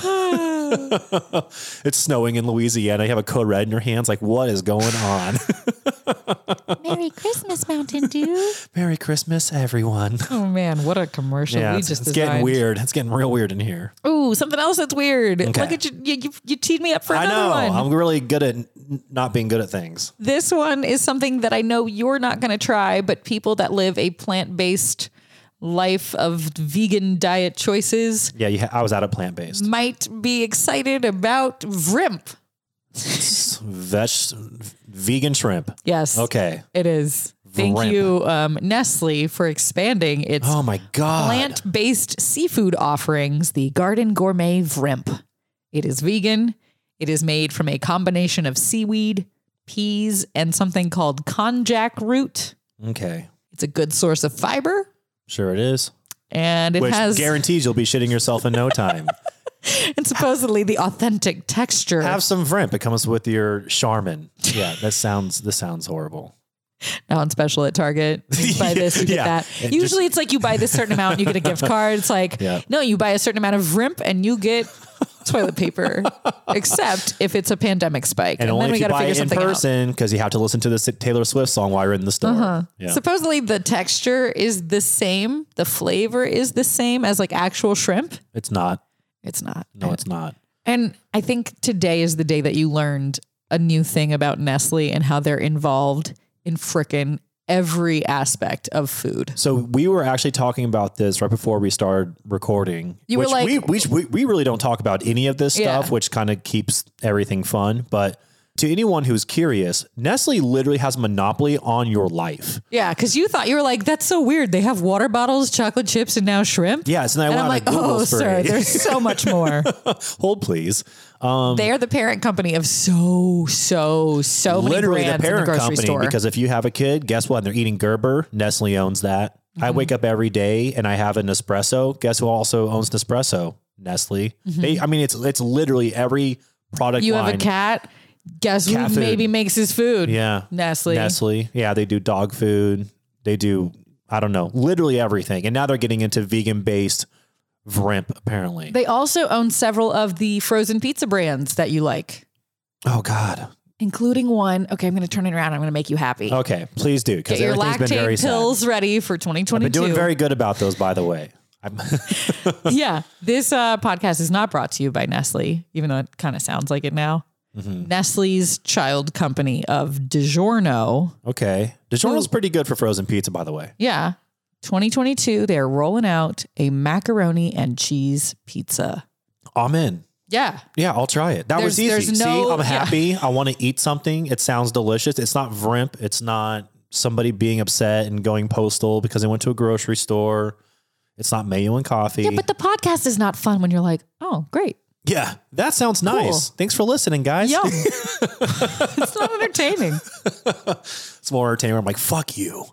Speaker 2: it's snowing in Louisiana. You have a code red in your hands. Like, what is going on?
Speaker 1: Merry Christmas, Mountain Dew.
Speaker 2: Merry Christmas, everyone.
Speaker 1: Oh man, what a commercial
Speaker 2: Yeah,
Speaker 1: we
Speaker 2: it's,
Speaker 1: just
Speaker 2: it's getting
Speaker 1: designed.
Speaker 2: weird. It's getting real weird in here.
Speaker 1: Ooh, something else that's weird.
Speaker 2: Okay.
Speaker 1: Look at you, you, you, you teed me up for
Speaker 2: I
Speaker 1: another
Speaker 2: know.
Speaker 1: one.
Speaker 2: I'm really good at n- not being good at things.
Speaker 1: this one is something that I know you're not going to try, but people that live a plant-based life of vegan diet choices
Speaker 2: Yeah, you ha- I was out of plant based.
Speaker 1: might be excited about Vrimp. Mm.
Speaker 2: Veg- vegan shrimp.
Speaker 1: Yes.
Speaker 2: Okay.
Speaker 1: It is. Thank
Speaker 2: Vrimp.
Speaker 1: you, um, Nestle, for expanding its
Speaker 2: Oh my god.
Speaker 1: plant based seafood offerings, the Garden Gourmet Vrimp. It is vegan. It is made from a combination of seaweed, peas, and something called konjac root.
Speaker 2: Okay.
Speaker 1: It's a good source of fiber.
Speaker 2: Sure it is.
Speaker 1: And it
Speaker 2: Which
Speaker 1: has
Speaker 2: guarantees you'll be shitting yourself in no time.
Speaker 1: and supposedly the authentic texture.
Speaker 2: Have some vrimp. It comes with your Charmin. Yeah, that sounds this sounds horrible.
Speaker 1: now on special at Target. You buy this, you get
Speaker 2: Yeah.
Speaker 1: that.
Speaker 2: It just-
Speaker 1: Usually it's like you buy this certain amount and you get a gift card. It's like,
Speaker 2: Yeah.
Speaker 1: no, you buy a certain amount of Vrimp and you get toilet paper, except if it's a pandemic spike.
Speaker 2: And, only
Speaker 1: then
Speaker 2: if
Speaker 1: we got
Speaker 2: you
Speaker 1: to
Speaker 2: buy
Speaker 1: figure
Speaker 2: it in
Speaker 1: something out.
Speaker 2: person because you have to listen to the Taylor Swift song while you're in the store.
Speaker 1: Uh-huh.
Speaker 2: Yeah.
Speaker 1: Supposedly the texture is the same, the flavor is the same as like actual shrimp.
Speaker 2: it's not.
Speaker 1: It's not.
Speaker 2: No, it's not.
Speaker 1: And I think today is the day that you learned a new thing about Nestle and how they're involved in frickin' every aspect of food.
Speaker 2: So we were actually talking about this right before we started recording.
Speaker 1: You were
Speaker 2: which
Speaker 1: like-
Speaker 2: we, which we we really don't talk about any of this
Speaker 1: Yeah.
Speaker 2: stuff, which kind of keeps everything fun. But to anyone who's curious, Nestle literally has a monopoly on your life.
Speaker 1: Yeah, because you thought you were like, that's so weird. They have water bottles, chocolate chips, and now shrimp.
Speaker 2: Yes, and I
Speaker 1: And I'm like,
Speaker 2: went on a Google
Speaker 1: oh, sir,
Speaker 2: spree.
Speaker 1: there's so much more.
Speaker 2: Hold please. Um,
Speaker 1: they are the parent company of so, so, so many
Speaker 2: literally the
Speaker 1: brands in
Speaker 2: parent
Speaker 1: the grocery
Speaker 2: company
Speaker 1: store.
Speaker 2: because if you have a kid guess what they're eating gerber nestle owns that i
Speaker 1: Mm-hmm.
Speaker 2: wake up every day and i have an espresso guess who also owns nespresso nestle they i mean it's it's literally every product
Speaker 1: Mm-hmm. you
Speaker 2: line
Speaker 1: have a cat. Guess
Speaker 2: Cat
Speaker 1: who
Speaker 2: food.
Speaker 1: maybe makes his food?
Speaker 2: yeah
Speaker 1: Nestle.
Speaker 2: nestle yeah they do dog food they do i don't know literally everything and now they're getting into vegan based vrimp apparently
Speaker 1: They also own several of the frozen pizza brands that you like,
Speaker 2: oh god
Speaker 1: including one. Okay, I'm going to turn it around. I'm going to make you happy.
Speaker 2: okay please do because
Speaker 1: Get your
Speaker 2: Oh, everything's been very
Speaker 1: lactate
Speaker 2: sad
Speaker 1: pills ready for 2022.
Speaker 2: been doing very good about those by the way I'm
Speaker 1: yeah, this uh, podcast is not brought to you by Nestle, even though it kind of sounds like it now.
Speaker 2: Mm-hmm.
Speaker 1: Nestle's child company of DiGiorno.
Speaker 2: Okay. DiGiorno's pretty good for frozen pizza, by the way.
Speaker 1: Yeah. 2022, they're rolling out a macaroni and cheese pizza.
Speaker 2: I'm in.
Speaker 1: Yeah.
Speaker 2: Yeah, I'll try it. That was
Speaker 1: There's-
Speaker 2: easy.
Speaker 1: there's
Speaker 2: See,
Speaker 1: no-
Speaker 2: I'm
Speaker 1: yeah.
Speaker 2: happy. I want to eat something. It sounds delicious. It's not vrimp. It's not somebody being upset and going postal because they went to a grocery store. It's not mayo and coffee.
Speaker 1: Yeah, but the podcast is not fun when you're like, oh, great.
Speaker 2: Yeah, that sounds nice. Thanks for listening, guys.
Speaker 1: Yum. it's not entertaining.
Speaker 2: It's more entertaining. I'm like, fuck you.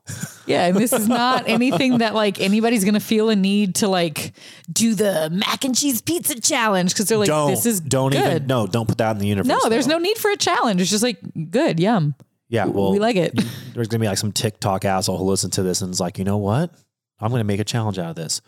Speaker 1: Yeah, and this is not anything that like anybody's gonna feel a need to like do the mac and cheese pizza challenge because they're like,
Speaker 2: don't
Speaker 1: this is
Speaker 2: don't
Speaker 1: good.
Speaker 2: even no. Don't put that in the universe.
Speaker 1: No, there's
Speaker 2: though.
Speaker 1: no need for a challenge. It's just like good, yum.
Speaker 2: Yeah, well,
Speaker 1: we like it.
Speaker 2: there's gonna be like some TikTok asshole who listens to this and is like, you know what? I'm gonna make a challenge out of this.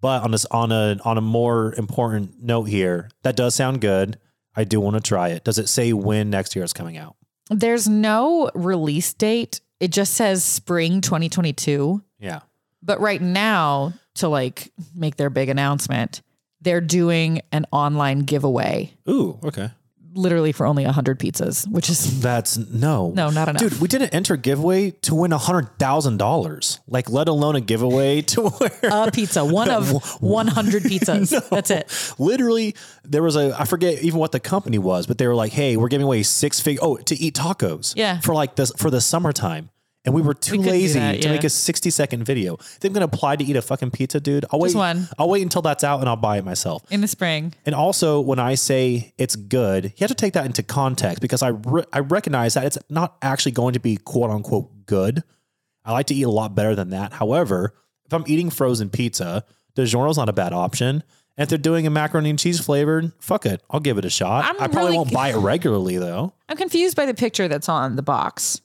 Speaker 2: But on this, on a on a more important note here, that does sound good. I do want to try it. Does it say when next year it's coming out?
Speaker 1: There's no release date. It just says spring 2022.
Speaker 2: Yeah.
Speaker 1: But right now, to like make their big announcement, they're doing an online giveaway
Speaker 2: Ooh. Okay.
Speaker 1: literally for only 100 pizzas, which is
Speaker 2: That's no.
Speaker 1: no, not enough.
Speaker 2: Dude, we didn't enter giveaway to win a hundred thousand dollars. Like, let alone a giveaway to where
Speaker 1: a pizza, one of 100 pizzas. That's it.
Speaker 2: literally there was a I forget even what the company was, but they were like, "Hey, we're giving away six fig oh to eat tacos
Speaker 1: Yeah.
Speaker 2: for like this for the summertime." And we were too
Speaker 1: couldn't do
Speaker 2: lazy
Speaker 1: that,
Speaker 2: to
Speaker 1: yeah.
Speaker 2: make a 60 second video. They're going to apply to eat a fucking pizza, dude. I'll
Speaker 1: Just
Speaker 2: wait.
Speaker 1: one.
Speaker 2: I'll wait until that's out and I'll buy it myself.
Speaker 1: In the spring.
Speaker 2: And also, when I say it's good, you have to take that into context because I re- I recognize that it's not actually going to be quote unquote good. I like to eat a lot better than that. However, if I'm eating frozen pizza, DiGiorno's not a bad option. And if they're doing a macaroni and cheese flavored, fuck it, I'll give it a shot.
Speaker 1: I'm
Speaker 2: i probably
Speaker 1: really-
Speaker 2: won't buy it regularly though.
Speaker 1: I'm confused by the picture that's on the box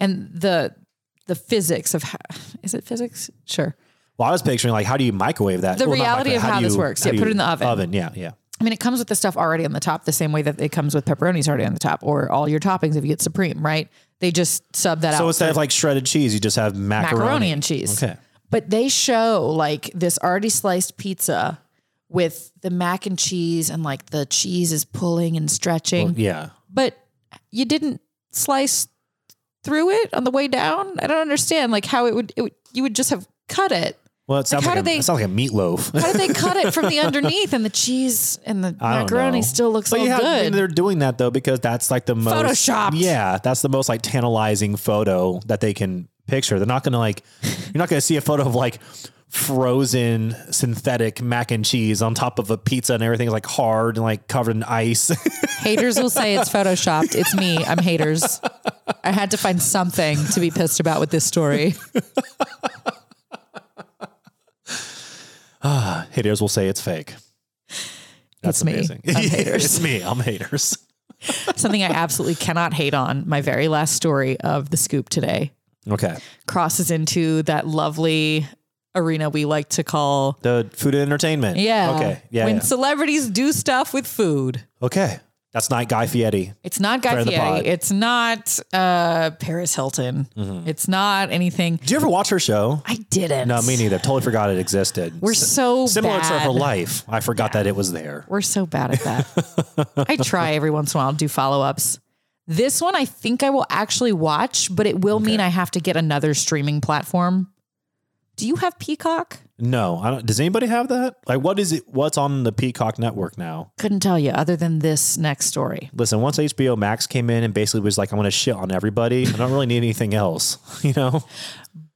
Speaker 1: and the the physics of how, is it physics? Sure.
Speaker 2: Well, I was picturing like, how do you microwave that?
Speaker 1: The
Speaker 2: Well, not
Speaker 1: reality
Speaker 2: microwave,
Speaker 1: of how
Speaker 2: do
Speaker 1: this works.
Speaker 2: how
Speaker 1: Yeah,
Speaker 2: do
Speaker 1: put it
Speaker 2: you-
Speaker 1: in the oven.
Speaker 2: Oven, yeah, yeah.
Speaker 1: I mean, it comes with the stuff already on the top, the same way that it comes with pepperonis already on the top, or all your toppings if you get supreme, right? They just sub that
Speaker 2: So
Speaker 1: out.
Speaker 2: instead of like shredded cheese, you just have macaroni.
Speaker 1: macaroni. and cheese.
Speaker 2: Okay.
Speaker 1: But they show like this already sliced pizza with the mac and cheese, and like the cheese is pulling and stretching.
Speaker 2: Yeah.
Speaker 1: but you didn't slice through it on the way down. I don't understand like how it would, it would you would just have cut it.
Speaker 2: Well, it sounds
Speaker 1: how
Speaker 2: like,
Speaker 1: do
Speaker 2: a,
Speaker 1: they-
Speaker 2: it sounds like a meatloaf.
Speaker 1: How did they cut it from the underneath and the cheese and the
Speaker 2: I don't
Speaker 1: macaroni
Speaker 2: know.
Speaker 1: still looks
Speaker 2: But
Speaker 1: all
Speaker 2: you have, I mean,
Speaker 1: good?
Speaker 2: they're doing that though because that's like the most
Speaker 1: Photoshopped.
Speaker 2: Yeah, that's the most like tantalizing photo that they can picture. They're not gonna like you're not gonna see a photo of like frozen synthetic mac and cheese on top of a pizza and everything's like hard and like covered in ice.
Speaker 1: haters will say it's photoshopped. It's me. I'm haters. I had to find something to be pissed about with this story.
Speaker 2: haters will say it's fake. That's
Speaker 1: It's me.
Speaker 2: amazing.
Speaker 1: I'm
Speaker 2: Yeah,
Speaker 1: haters.
Speaker 2: it's me. I'm haters.
Speaker 1: Something I absolutely cannot hate on. My very last story of the scoop today
Speaker 2: Okay.
Speaker 1: crosses into that lovely arena we like to call
Speaker 2: The food and entertainment.
Speaker 1: yeah.
Speaker 2: Okay. Yeah.
Speaker 1: when
Speaker 2: yeah.
Speaker 1: celebrities do stuff with food.
Speaker 2: Okay. That's not Guy Fieri.
Speaker 1: It's not Guy
Speaker 2: Friend of the pod.
Speaker 1: Fieri. It's not uh, Paris Hilton. It's not anything.
Speaker 2: Did you ever watch her show?
Speaker 1: I didn't.
Speaker 2: Mm-hmm. No, me neither. Totally forgot it existed.
Speaker 1: We're so
Speaker 2: similar
Speaker 1: bad.
Speaker 2: to her life. I forgot that it was there.
Speaker 1: We're so bad at that. I try every once in a while to do follow ups. This one I think I will actually watch, but it will mean I have to get another streaming platform. Do you have Peacock?
Speaker 2: No, I don't. Does anybody have that? Like, what is it? What's on the Peacock network now?
Speaker 1: Couldn't tell you other than this next story.
Speaker 2: Listen, once HBO Max came in and basically was like, "I'm going to shit on everybody. I don't really need anything else," you know?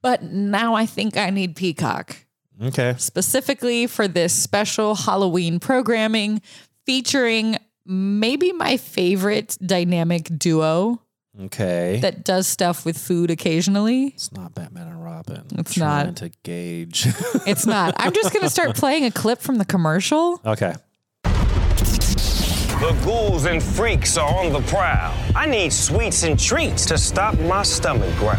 Speaker 1: But now I think I need Peacock.
Speaker 2: Okay.
Speaker 1: specifically for this special Halloween programming featuring maybe my favorite dynamic duo
Speaker 2: Okay.
Speaker 1: that does stuff with food occasionally.
Speaker 2: it's not Batman and Robin.
Speaker 1: It's
Speaker 2: Trying
Speaker 1: not.
Speaker 2: to gauge.
Speaker 1: It's not. I'm just going to start playing a clip from the commercial.
Speaker 2: okay.
Speaker 3: The ghouls and freaks are on the prowl. I need sweets and treats to stop my stomach growl.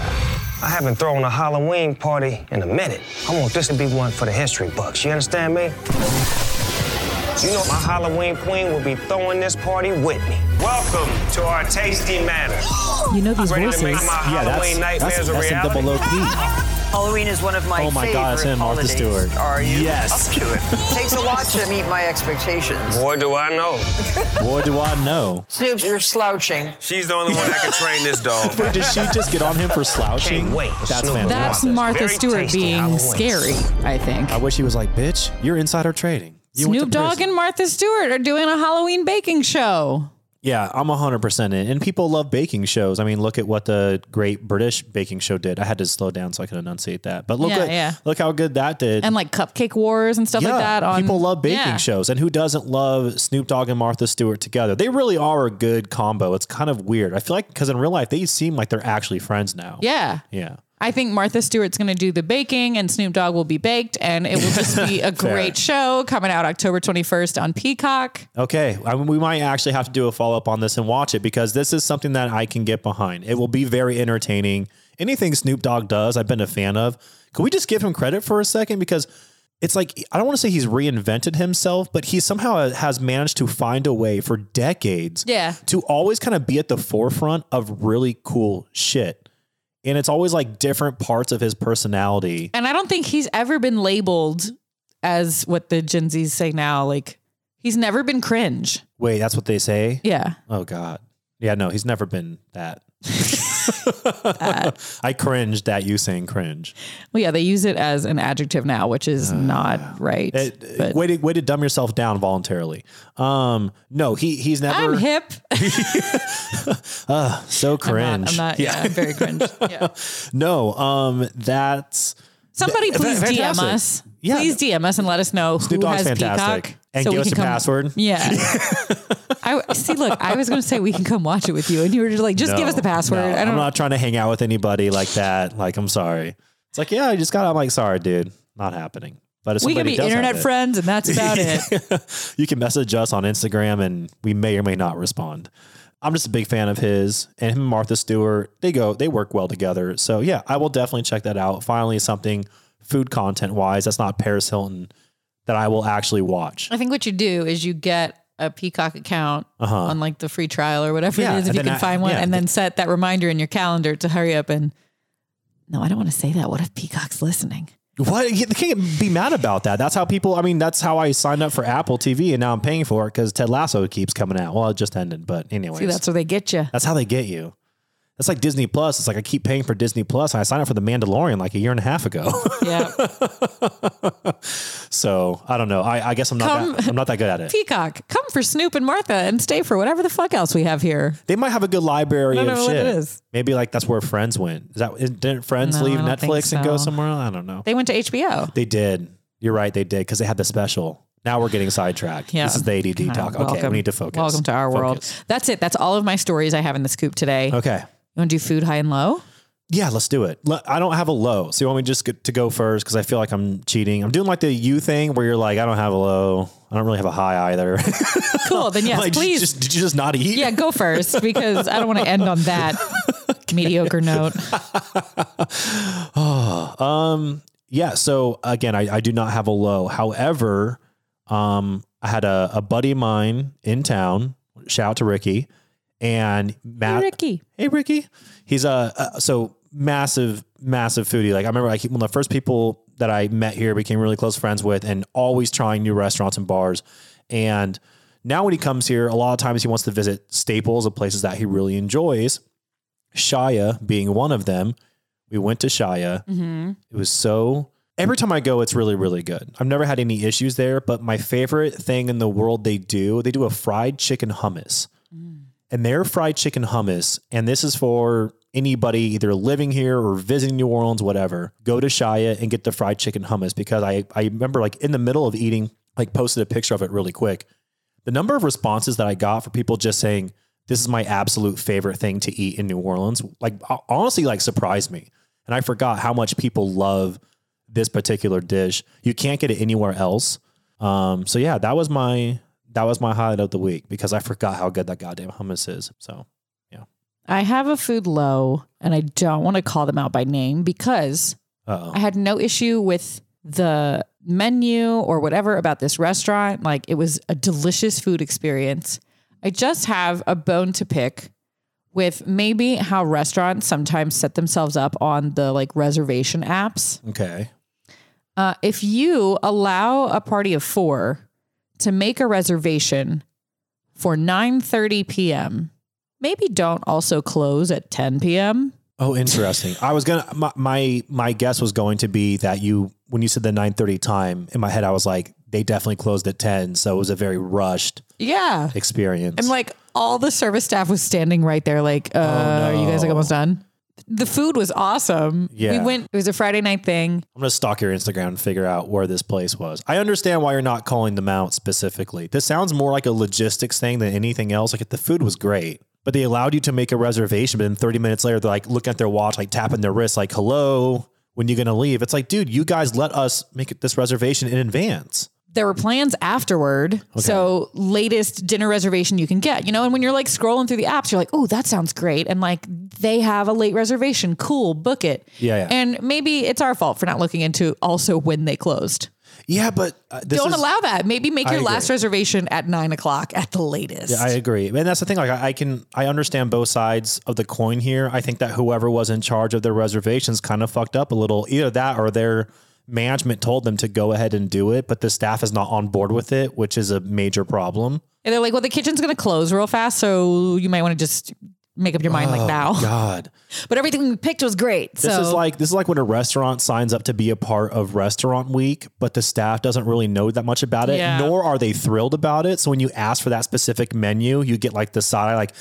Speaker 3: I haven't thrown a Halloween party in a minute. I want this to be one for the history books. You understand me? You know, my Halloween queen will be throwing this party with me. Welcome to our tasty manor.
Speaker 1: You know these
Speaker 3: Ready to make
Speaker 1: voices.
Speaker 3: my
Speaker 2: Yeah, that's
Speaker 3: Halloween nightmares
Speaker 2: that's,
Speaker 3: a
Speaker 2: that's in
Speaker 3: reality.
Speaker 2: double OP.
Speaker 4: Halloween is one of my
Speaker 2: Oh my
Speaker 4: favorite
Speaker 2: God, it's him, Martha
Speaker 4: holidays.
Speaker 2: Stewart.
Speaker 4: Are you
Speaker 2: Yes.
Speaker 4: up to it? Takes a lot to meet my expectations.
Speaker 3: Boy, do I know.
Speaker 2: Boy, do I know.
Speaker 4: Snoop, you're slouching.
Speaker 3: She's the only one that can train this dog.
Speaker 2: Did she just get on him for slouching?
Speaker 3: Can't wait.
Speaker 2: That's
Speaker 3: Snoop.
Speaker 2: fantastic.
Speaker 1: That's
Speaker 3: Martha.
Speaker 1: Martha
Speaker 3: Very
Speaker 1: Stewart
Speaker 3: tasty
Speaker 1: being
Speaker 3: Halloween.
Speaker 1: scary, I think.
Speaker 2: I wish he was like, "Bitch, you're insider trading." You went to
Speaker 1: Snoop Dogg
Speaker 2: prison."
Speaker 1: and Martha Stewart are doing a Halloween baking show.
Speaker 2: Yeah, I'm 100% in. And people love baking shows. I mean, look at what the great British baking show did. I had to slow down so I could enunciate that. But look
Speaker 1: Yeah,
Speaker 2: at,
Speaker 1: yeah.
Speaker 2: look how good that did.
Speaker 1: And like cupcake wars and stuff
Speaker 2: yeah,
Speaker 1: like that. On
Speaker 2: people love baking
Speaker 1: Yeah.
Speaker 2: shows. And who doesn't love Snoop Dogg and Martha Stewart together? They really are a good combo. It's kind of weird. I feel like because in real life, they seem like they're actually friends now.
Speaker 1: Yeah.
Speaker 2: Yeah.
Speaker 1: I think Martha Stewart's going to do the baking and Snoop Dogg will be baked and it will just be a
Speaker 2: Fair.
Speaker 1: great show coming out October 21st on Peacock.
Speaker 2: Okay, I mean, we might actually have to do a follow up on this and watch it because this is something that I can get behind. It will be very entertaining. Anything Snoop Dogg does, I've been a fan of. Could we just give him credit for a second because it's like I don't want to say he's reinvented himself, but he somehow has managed to find a way for decades,
Speaker 1: Yeah.
Speaker 2: to always kind of be at the forefront of really cool shit. And it's always like different parts of his personality.
Speaker 1: And I don't think he's ever been labeled as what the Gen Zs say now. Like, he's never been cringe.
Speaker 2: Wait, that's what they say.
Speaker 1: Yeah.
Speaker 2: Oh God. Yeah, no, he's never been that. I cringed at you saying cringe.
Speaker 1: Well, yeah, they use it as an adjective now, which is not right.
Speaker 2: Uh, It,
Speaker 1: but
Speaker 2: Uh, way to way to dumb yourself down voluntarily. Um, no, he he's never
Speaker 1: I'm hip.
Speaker 2: so cringe.
Speaker 1: I'm not, I'm not- yeah. I'm very cringe. Yeah.
Speaker 2: No, um, that's
Speaker 1: Somebody
Speaker 2: Fa-
Speaker 1: please DM
Speaker 2: fantastic.
Speaker 1: us.
Speaker 2: Yeah.
Speaker 1: Please DM us and let us know who
Speaker 2: Snoop Dogg's
Speaker 1: has
Speaker 2: fantastic.
Speaker 1: Peacock.
Speaker 2: And give
Speaker 1: we
Speaker 2: us
Speaker 1: can
Speaker 2: a password.
Speaker 1: Yeah. I see. Look, I was going to say we can come watch it with you, and you were just like, just give us the
Speaker 2: no,
Speaker 1: password.
Speaker 2: no,
Speaker 1: I
Speaker 2: I'm
Speaker 1: don't.
Speaker 2: not trying to hang out with anybody like that. Like, I'm sorry. It's like, yeah, I just got. I'm like, sorry, dude, not happening. But if
Speaker 1: we can
Speaker 2: somebody
Speaker 1: be
Speaker 2: does have
Speaker 1: internet
Speaker 2: it-
Speaker 1: friends, and that's about it.
Speaker 2: you can message us on Instagram and we may or may not respond. I'm just a big fan of his and him and Martha Stewart. They go, they work well together. So yeah, I will definitely check that out. Finally, something food content wise that's not Paris Hilton that I will actually watch.
Speaker 1: I think what you do is you get a Peacock account on like the free trial or whatever
Speaker 2: Uh-huh. Yeah,
Speaker 1: it is, if
Speaker 2: and
Speaker 1: you
Speaker 2: then
Speaker 1: can
Speaker 2: I-
Speaker 1: find one,
Speaker 2: yeah.
Speaker 1: and then set that reminder in your calendar to hurry up and. No, I don't want to say that. What if Peacock's listening?
Speaker 2: What? You can't be mad about that. That's how people, I mean, that's how I signed up for Apple TV and now I'm paying for it because Ted Lasso keeps coming out. Well, it just ended, but anyways.
Speaker 1: See, that's where they get you.
Speaker 2: That's how they get you. That's like Disney Plus. It's like I keep paying for Disney Plus and I signed up for The Mandalorian like a year and a half ago.
Speaker 1: Yeah,
Speaker 2: So I don't know. I, I guess I'm not.
Speaker 1: Come-
Speaker 2: That, I'm not that good at it.
Speaker 1: Peacock, come for Snoop and Martha, and stay for whatever the fuck else we have here.
Speaker 2: They might have a good library
Speaker 1: I don't
Speaker 2: of
Speaker 1: know what
Speaker 2: shit.
Speaker 1: it is.
Speaker 2: Maybe like that's where Friends went. Is that is, didn't Friends
Speaker 1: No,
Speaker 2: leave
Speaker 1: I don't think
Speaker 2: Netflix and go
Speaker 1: so.
Speaker 2: somewhere? else? I don't know.
Speaker 1: They went to HBO.
Speaker 2: They did. You're right. They did because they had the special. Now we're getting sidetracked.
Speaker 1: Yeah.
Speaker 2: This is the ADD
Speaker 1: Uh,
Speaker 2: talk. Okay,
Speaker 1: welcome-
Speaker 2: we need to focus.
Speaker 1: Welcome to our
Speaker 2: Focus.
Speaker 1: world. That's it. That's all of my stories I have in the scoop today.
Speaker 2: Okay.
Speaker 1: You want to do food high and low?
Speaker 2: Yeah, let's do it. Le- I don't have a low, so you want me just get- to go first because I feel like I'm cheating. I'm doing like the you thing where you're like, I don't have a low. I don't really have a high either.
Speaker 1: Cool. Then yes,
Speaker 2: like,
Speaker 1: please.
Speaker 2: Just, did you just not eat?
Speaker 1: yeah, go first because I don't want to end on that mediocre note.
Speaker 2: Um, yeah so again I, I do not have a low however um i had a, a buddy of mine in town shout out to ricky and matt
Speaker 1: Ricky.
Speaker 2: hey ricky he's a, a so massive massive foodie like i remember like he- one of the first people that i met here became really close friends with and always trying new restaurants and bars and now when he comes here a lot of times he wants to visit staples of places that he really enjoys shaya being one of them we went to shaya it was so. Every time I go, it's really, really good. I've never had any issues there, but my favorite thing in the world they do, they do a fried chicken hummus. And their fried chicken hummus, and this is for anybody either living here or visiting New Orleans, whatever, go to Shia and get the fried chicken hummus because I, I remember like in the middle of eating, like posted a picture of it really quick. The number of responses that I got for people just saying, this is my absolute favorite thing to eat in New Orleans, like ho- honestly, like surprised me. And I forgot how much people love this particular dish. You can't get it anywhere else. Um, so yeah, that was my that was my highlight of the week because I forgot how good that goddamn hummus is. So
Speaker 1: I have a food low, and I don't want to call them out by name because
Speaker 2: uh
Speaker 1: I had no issue with the menu or whatever about this restaurant. Like it was a delicious food experience. I just have a bone to pick with maybe how restaurants sometimes set themselves up on the like reservation apps.
Speaker 2: okay.
Speaker 1: Uh, if you allow a party of four to make a reservation for 9.30 p.m., maybe don't also close at 10 p.m.
Speaker 2: Oh, interesting. I was gonna my, my my guess was going to be that you when you said the nine thirty time in my head I was like they definitely closed at ten, so it was a very rushed
Speaker 1: Yeah.
Speaker 2: experience.
Speaker 1: And like all the service staff was standing right there, like,
Speaker 2: Oh,
Speaker 1: uh, are you guys like almost done? The food was awesome.
Speaker 2: Yeah.
Speaker 1: We went, it was a Friday night thing.
Speaker 2: I'm gonna stalk your Instagram and figure out where this place was. I understand why you're not calling them out specifically. This sounds more like a logistics thing than anything else. Like if the food was great, But they allowed you to make a reservation, but then 30 minutes later, they're like looking at their watch, like tapping their wrist, like, hello, when you gonna leave? It's like, dude, you guys let us make this reservation in advance.
Speaker 1: there were plans afterward. So latest dinner reservation you can get, you know, and when you're like scrolling through the apps, you're like, oh, that sounds great. And like they have a late reservation. Cool. Book it.
Speaker 2: Yeah, yeah.
Speaker 1: And maybe it's our fault for not looking into also when they closed.
Speaker 2: Yeah, but uh, this
Speaker 1: Don't
Speaker 2: is-
Speaker 1: allow that. Maybe make your
Speaker 2: agree.
Speaker 1: last reservation at nine o'clock at the latest.
Speaker 2: I agree. And that's the thing. Like I, I can, I understand both sides of the coin here. I think that whoever was in charge of their reservations kind of fucked up a little. Either that or their management told them to go ahead and do it, but the staff is not on board with it, which is a major problem.
Speaker 1: and they're like, well, the kitchen's going to close real fast. So you might want to just make up your mind like now.
Speaker 2: Oh, God,
Speaker 1: But everything we picked was great.
Speaker 2: this
Speaker 1: Oh. so
Speaker 2: is like this is like when a restaurant signs up to be a part of Restaurant Week, but the staff doesn't really know that much about it,
Speaker 1: Yeah.
Speaker 2: nor are they thrilled about it. So when you ask for that specific menu, you get like the side like.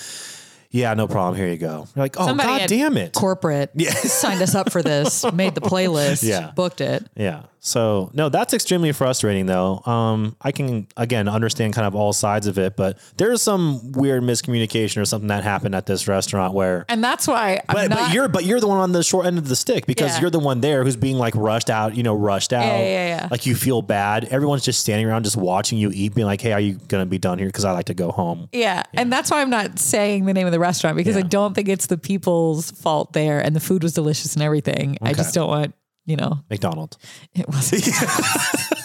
Speaker 2: Yeah, no problem. Here you go. You're like, oh,
Speaker 1: Somebody
Speaker 2: god
Speaker 1: at
Speaker 2: damn it.
Speaker 1: corporate signed us up for this, made the playlist,
Speaker 2: Yeah.
Speaker 1: booked it.
Speaker 2: Yeah. So no, that's extremely frustrating though. Um, I can again understand kind of all sides of it, but there's some weird miscommunication or something that happened at this restaurant where.
Speaker 1: And that's why I'm
Speaker 2: But,
Speaker 1: not.
Speaker 2: but you're but you're the one on the short end of the stick because
Speaker 1: Yeah.
Speaker 2: you're the one there who's being like rushed out, you know, rushed out.
Speaker 1: yeah, yeah.
Speaker 2: Like you feel bad. Everyone's just standing around, just watching you eat, being like, "Hey, are you gonna be done here? Because I like to go home."
Speaker 1: yeah. and that's why I'm not saying the name of the restaurant because I don't think it's the people's fault there, and the food was delicious and everything. I just don't want you know
Speaker 2: McDonald's.
Speaker 1: it wasn't.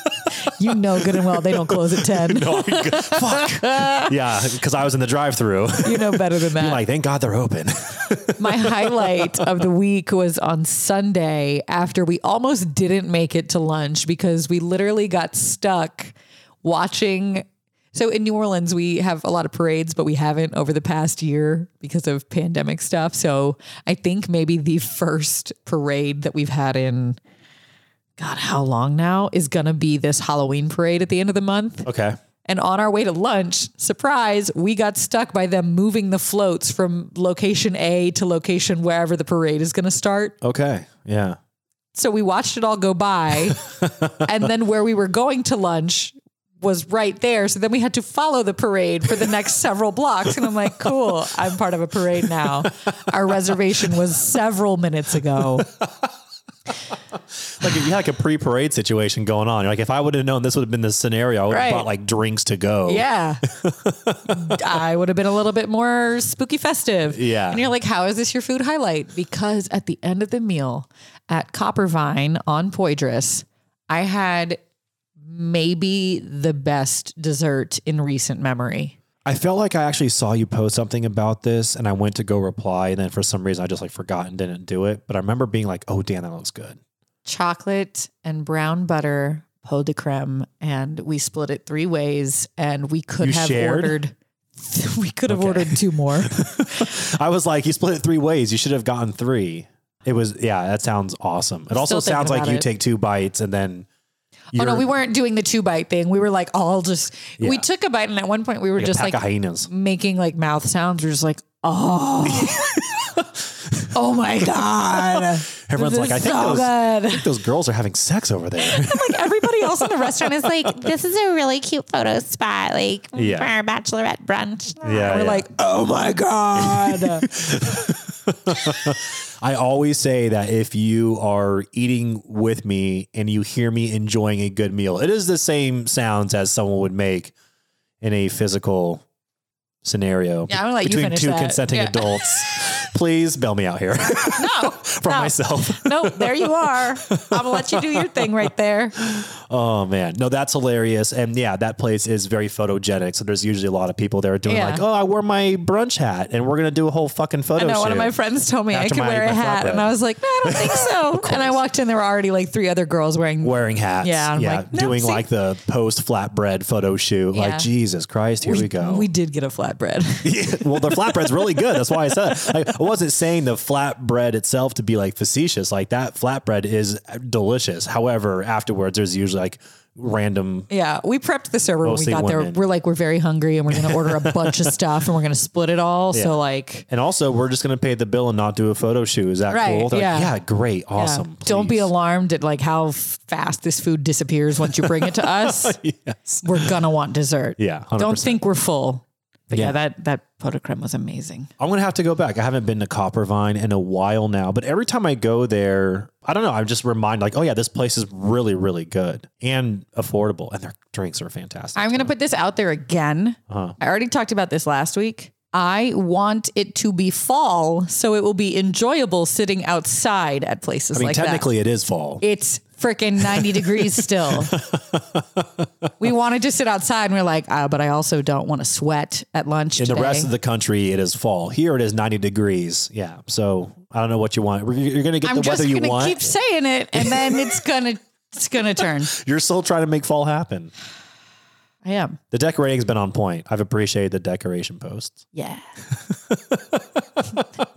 Speaker 1: you know good and well they don't close at ten.
Speaker 2: Oh, yeah, because I was in the drive-through.
Speaker 1: You know better than that.
Speaker 2: like, thank God they're open.
Speaker 1: My highlight of the week was on Sunday after we almost didn't make it to lunch because we literally got stuck watching. So in New Orleans, we have a lot of parades, but we haven't over the past year because of pandemic stuff. So I think maybe the first parade that we've had in. God, how long now is gonna be this Halloween parade at the end of the month?
Speaker 2: okay.
Speaker 1: And on our way to lunch, surprise, we got stuck by them moving the floats from location A to location wherever the parade is going to start.
Speaker 2: Okay. Yeah.
Speaker 1: So we watched it all go by. and then where we were going to lunch was right there. So then we had to follow the parade for the next several blocks. And I'm like, cool, I'm part of a parade now. Our reservation was several minutes ago.
Speaker 2: like you had like a pre-parade situation going on. You're like, if I would have known this would have been the scenario, I would have
Speaker 1: Right.
Speaker 2: bought like drinks to go.
Speaker 1: Yeah. I would have been a little bit more spooky festive.
Speaker 2: Yeah.
Speaker 1: And you're like, how is this your food highlight? Because at the end of the meal at Coppervine on Poydras, I had maybe the best dessert in recent memory.
Speaker 2: I felt like I actually saw you post something about this, and I went to go reply, and then for some reason I just like forgot and didn't do it. But I remember being like, "Oh, damn, that looks good."
Speaker 1: Chocolate and brown butter, pot de creme, and we split it three ways and we could
Speaker 2: You
Speaker 1: have
Speaker 2: shared?
Speaker 1: ordered we could have ordered two more.
Speaker 2: I was like, "You split it three ways. You should have gotten three. It was yeah. That sounds awesome. It
Speaker 1: Still
Speaker 2: also
Speaker 1: thinking
Speaker 2: sounds like
Speaker 1: about
Speaker 2: you
Speaker 1: it.
Speaker 2: take two bites and then.
Speaker 1: Oh no,
Speaker 2: you're-
Speaker 1: we weren't doing the two bite thing. We were like, oh, I'll just. We
Speaker 2: Yeah.
Speaker 1: took a bite, and at one point we were
Speaker 2: a
Speaker 1: just
Speaker 2: pack
Speaker 1: like
Speaker 2: of hyenas.
Speaker 1: making like mouth sounds. We're just like, oh, oh my god.
Speaker 2: Everyone's
Speaker 1: This is
Speaker 2: like, I think,
Speaker 1: so
Speaker 2: those, I
Speaker 1: good.
Speaker 2: think those girls are having sex over there.
Speaker 1: Like everybody else in the restaurant is like,
Speaker 5: this is a really cute photo spot, like
Speaker 2: Yeah.
Speaker 5: for our bachelorette brunch.
Speaker 2: yeah,
Speaker 1: we're
Speaker 2: yeah.
Speaker 1: like, oh my god.
Speaker 2: I always say that if you are eating with me and you hear me enjoying a good meal, it is the same sounds as someone would make in a physical scenario
Speaker 1: Yeah, I'm gonna let you
Speaker 2: between
Speaker 1: finish
Speaker 2: two
Speaker 1: that.
Speaker 2: consenting
Speaker 1: Yeah.
Speaker 2: adults. Please bail me out here
Speaker 1: no,
Speaker 2: from
Speaker 1: no.
Speaker 2: myself.
Speaker 1: Nope, there you are. I'm gonna let you do your thing right there.
Speaker 2: Oh man, no, that's hilarious. And yeah, that place is very photogenic. So there's usually a lot of people there doing
Speaker 1: Yeah.
Speaker 2: like, oh, I wore my brunch hat, and we're gonna do a whole fucking photo.
Speaker 1: I know one
Speaker 2: shoot.
Speaker 1: of my friends told me I
Speaker 2: After
Speaker 1: could
Speaker 2: my-
Speaker 1: wear a
Speaker 2: my
Speaker 1: hat,
Speaker 2: flatbread.
Speaker 1: and I was like, no, I don't think so. and I walked in, there were already like three other girls wearing
Speaker 2: wearing hats.
Speaker 1: Yeah, I'm like, no,
Speaker 2: doing
Speaker 1: see-
Speaker 2: like the post flatbread photo shoot.
Speaker 1: Yeah.
Speaker 2: Like Jesus Christ, here we, go.
Speaker 1: We did get a flatbread.
Speaker 2: well, the flatbread's really good. That's why I said it. Like, I wasn't saying the flatbread itself to be like facetious. Like that flatbread is delicious. However, afterwards, there's usually like random.
Speaker 1: Yeah, we prepped the server
Speaker 2: Mostly
Speaker 1: when we got
Speaker 2: women.
Speaker 1: there. We're like, we're very hungry and we're going to order a bunch of stuff and we're going to split it all. So, like,
Speaker 2: And also, we're just gonna pay the bill and not do a photo shoot. Is that
Speaker 1: Right,
Speaker 2: cool? They're like,
Speaker 1: yeah.
Speaker 2: yeah, great,
Speaker 1: yeah.
Speaker 2: awesome.
Speaker 1: don't be
Speaker 2: Oh, please."
Speaker 1: alarmed at like how f- fast this food disappears once you bring it to us. We're going to want dessert.
Speaker 2: Yeah,
Speaker 1: do not
Speaker 2: 100%.
Speaker 1: think we're full. But yeah,
Speaker 2: Yeah.
Speaker 1: that that photocrim was amazing.
Speaker 2: I'm gonna have to go back. I haven't been to Coppervine in a while now, but every time I go there, I don't know. I'm just reminded, like, oh yeah, this place is really, really good and affordable, and their drinks are fantastic.
Speaker 1: I'm going to put this out there again.
Speaker 2: Uh-huh.
Speaker 1: I already talked about this last week. I want it to be fall, so it will be enjoyable sitting outside at places
Speaker 2: I mean,
Speaker 1: like that.
Speaker 2: technically, it is fall.
Speaker 1: It's freaking 90 degrees still. we wanted to sit outside and we're like, ah, but I also don't want to sweat at lunch.
Speaker 2: in the
Speaker 1: today.
Speaker 2: rest of the country, it is fall. Here, it is 90 degrees. Yeah, so I don't know what you want. You're- You're gonna get
Speaker 1: I'm
Speaker 2: the
Speaker 1: just
Speaker 2: weather you
Speaker 1: gonna
Speaker 2: want.
Speaker 1: keep saying it and then it's gonna it's gonna turn.
Speaker 2: You're still trying to make fall happen.
Speaker 1: I am.
Speaker 2: The decorating's been on point. I've appreciated the decoration posts.
Speaker 1: Yeah.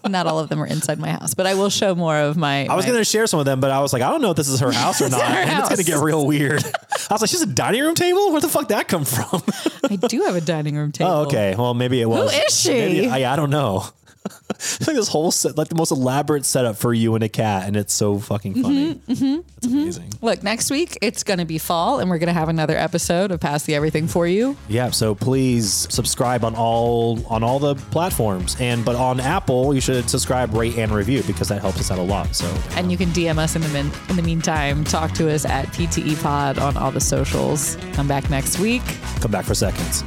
Speaker 1: not all of them are inside my house, but I will show more of my
Speaker 2: I was
Speaker 1: my-
Speaker 2: going to share some of them, but I was like, I don't know if this is her house or not.
Speaker 1: her
Speaker 2: And it's going to
Speaker 1: house.
Speaker 2: get real weird. I was like, she's a dining room table? Where the fuck that come from?
Speaker 1: I do have a dining room table.
Speaker 2: oh, okay. Well, maybe it was.
Speaker 1: is she?
Speaker 2: Maybe- I, I don't know. it's like this whole set, like the most elaborate setup for you and a cat. And it's so
Speaker 1: Mm-hmm,
Speaker 2: fucking funny. It's amazing.
Speaker 1: Look, next week it's going to be fall, and we're going to have another episode of Pass the Everything for You.
Speaker 2: Yeah. So please subscribe on all, on all the platforms. And, but on Apple, you should subscribe, rate and review because that helps us out a lot. So
Speaker 1: And you can DM us in the min- in the meantime. Talk E to us at PTE Pod on all the socials. Come back next week.
Speaker 2: come back for seconds.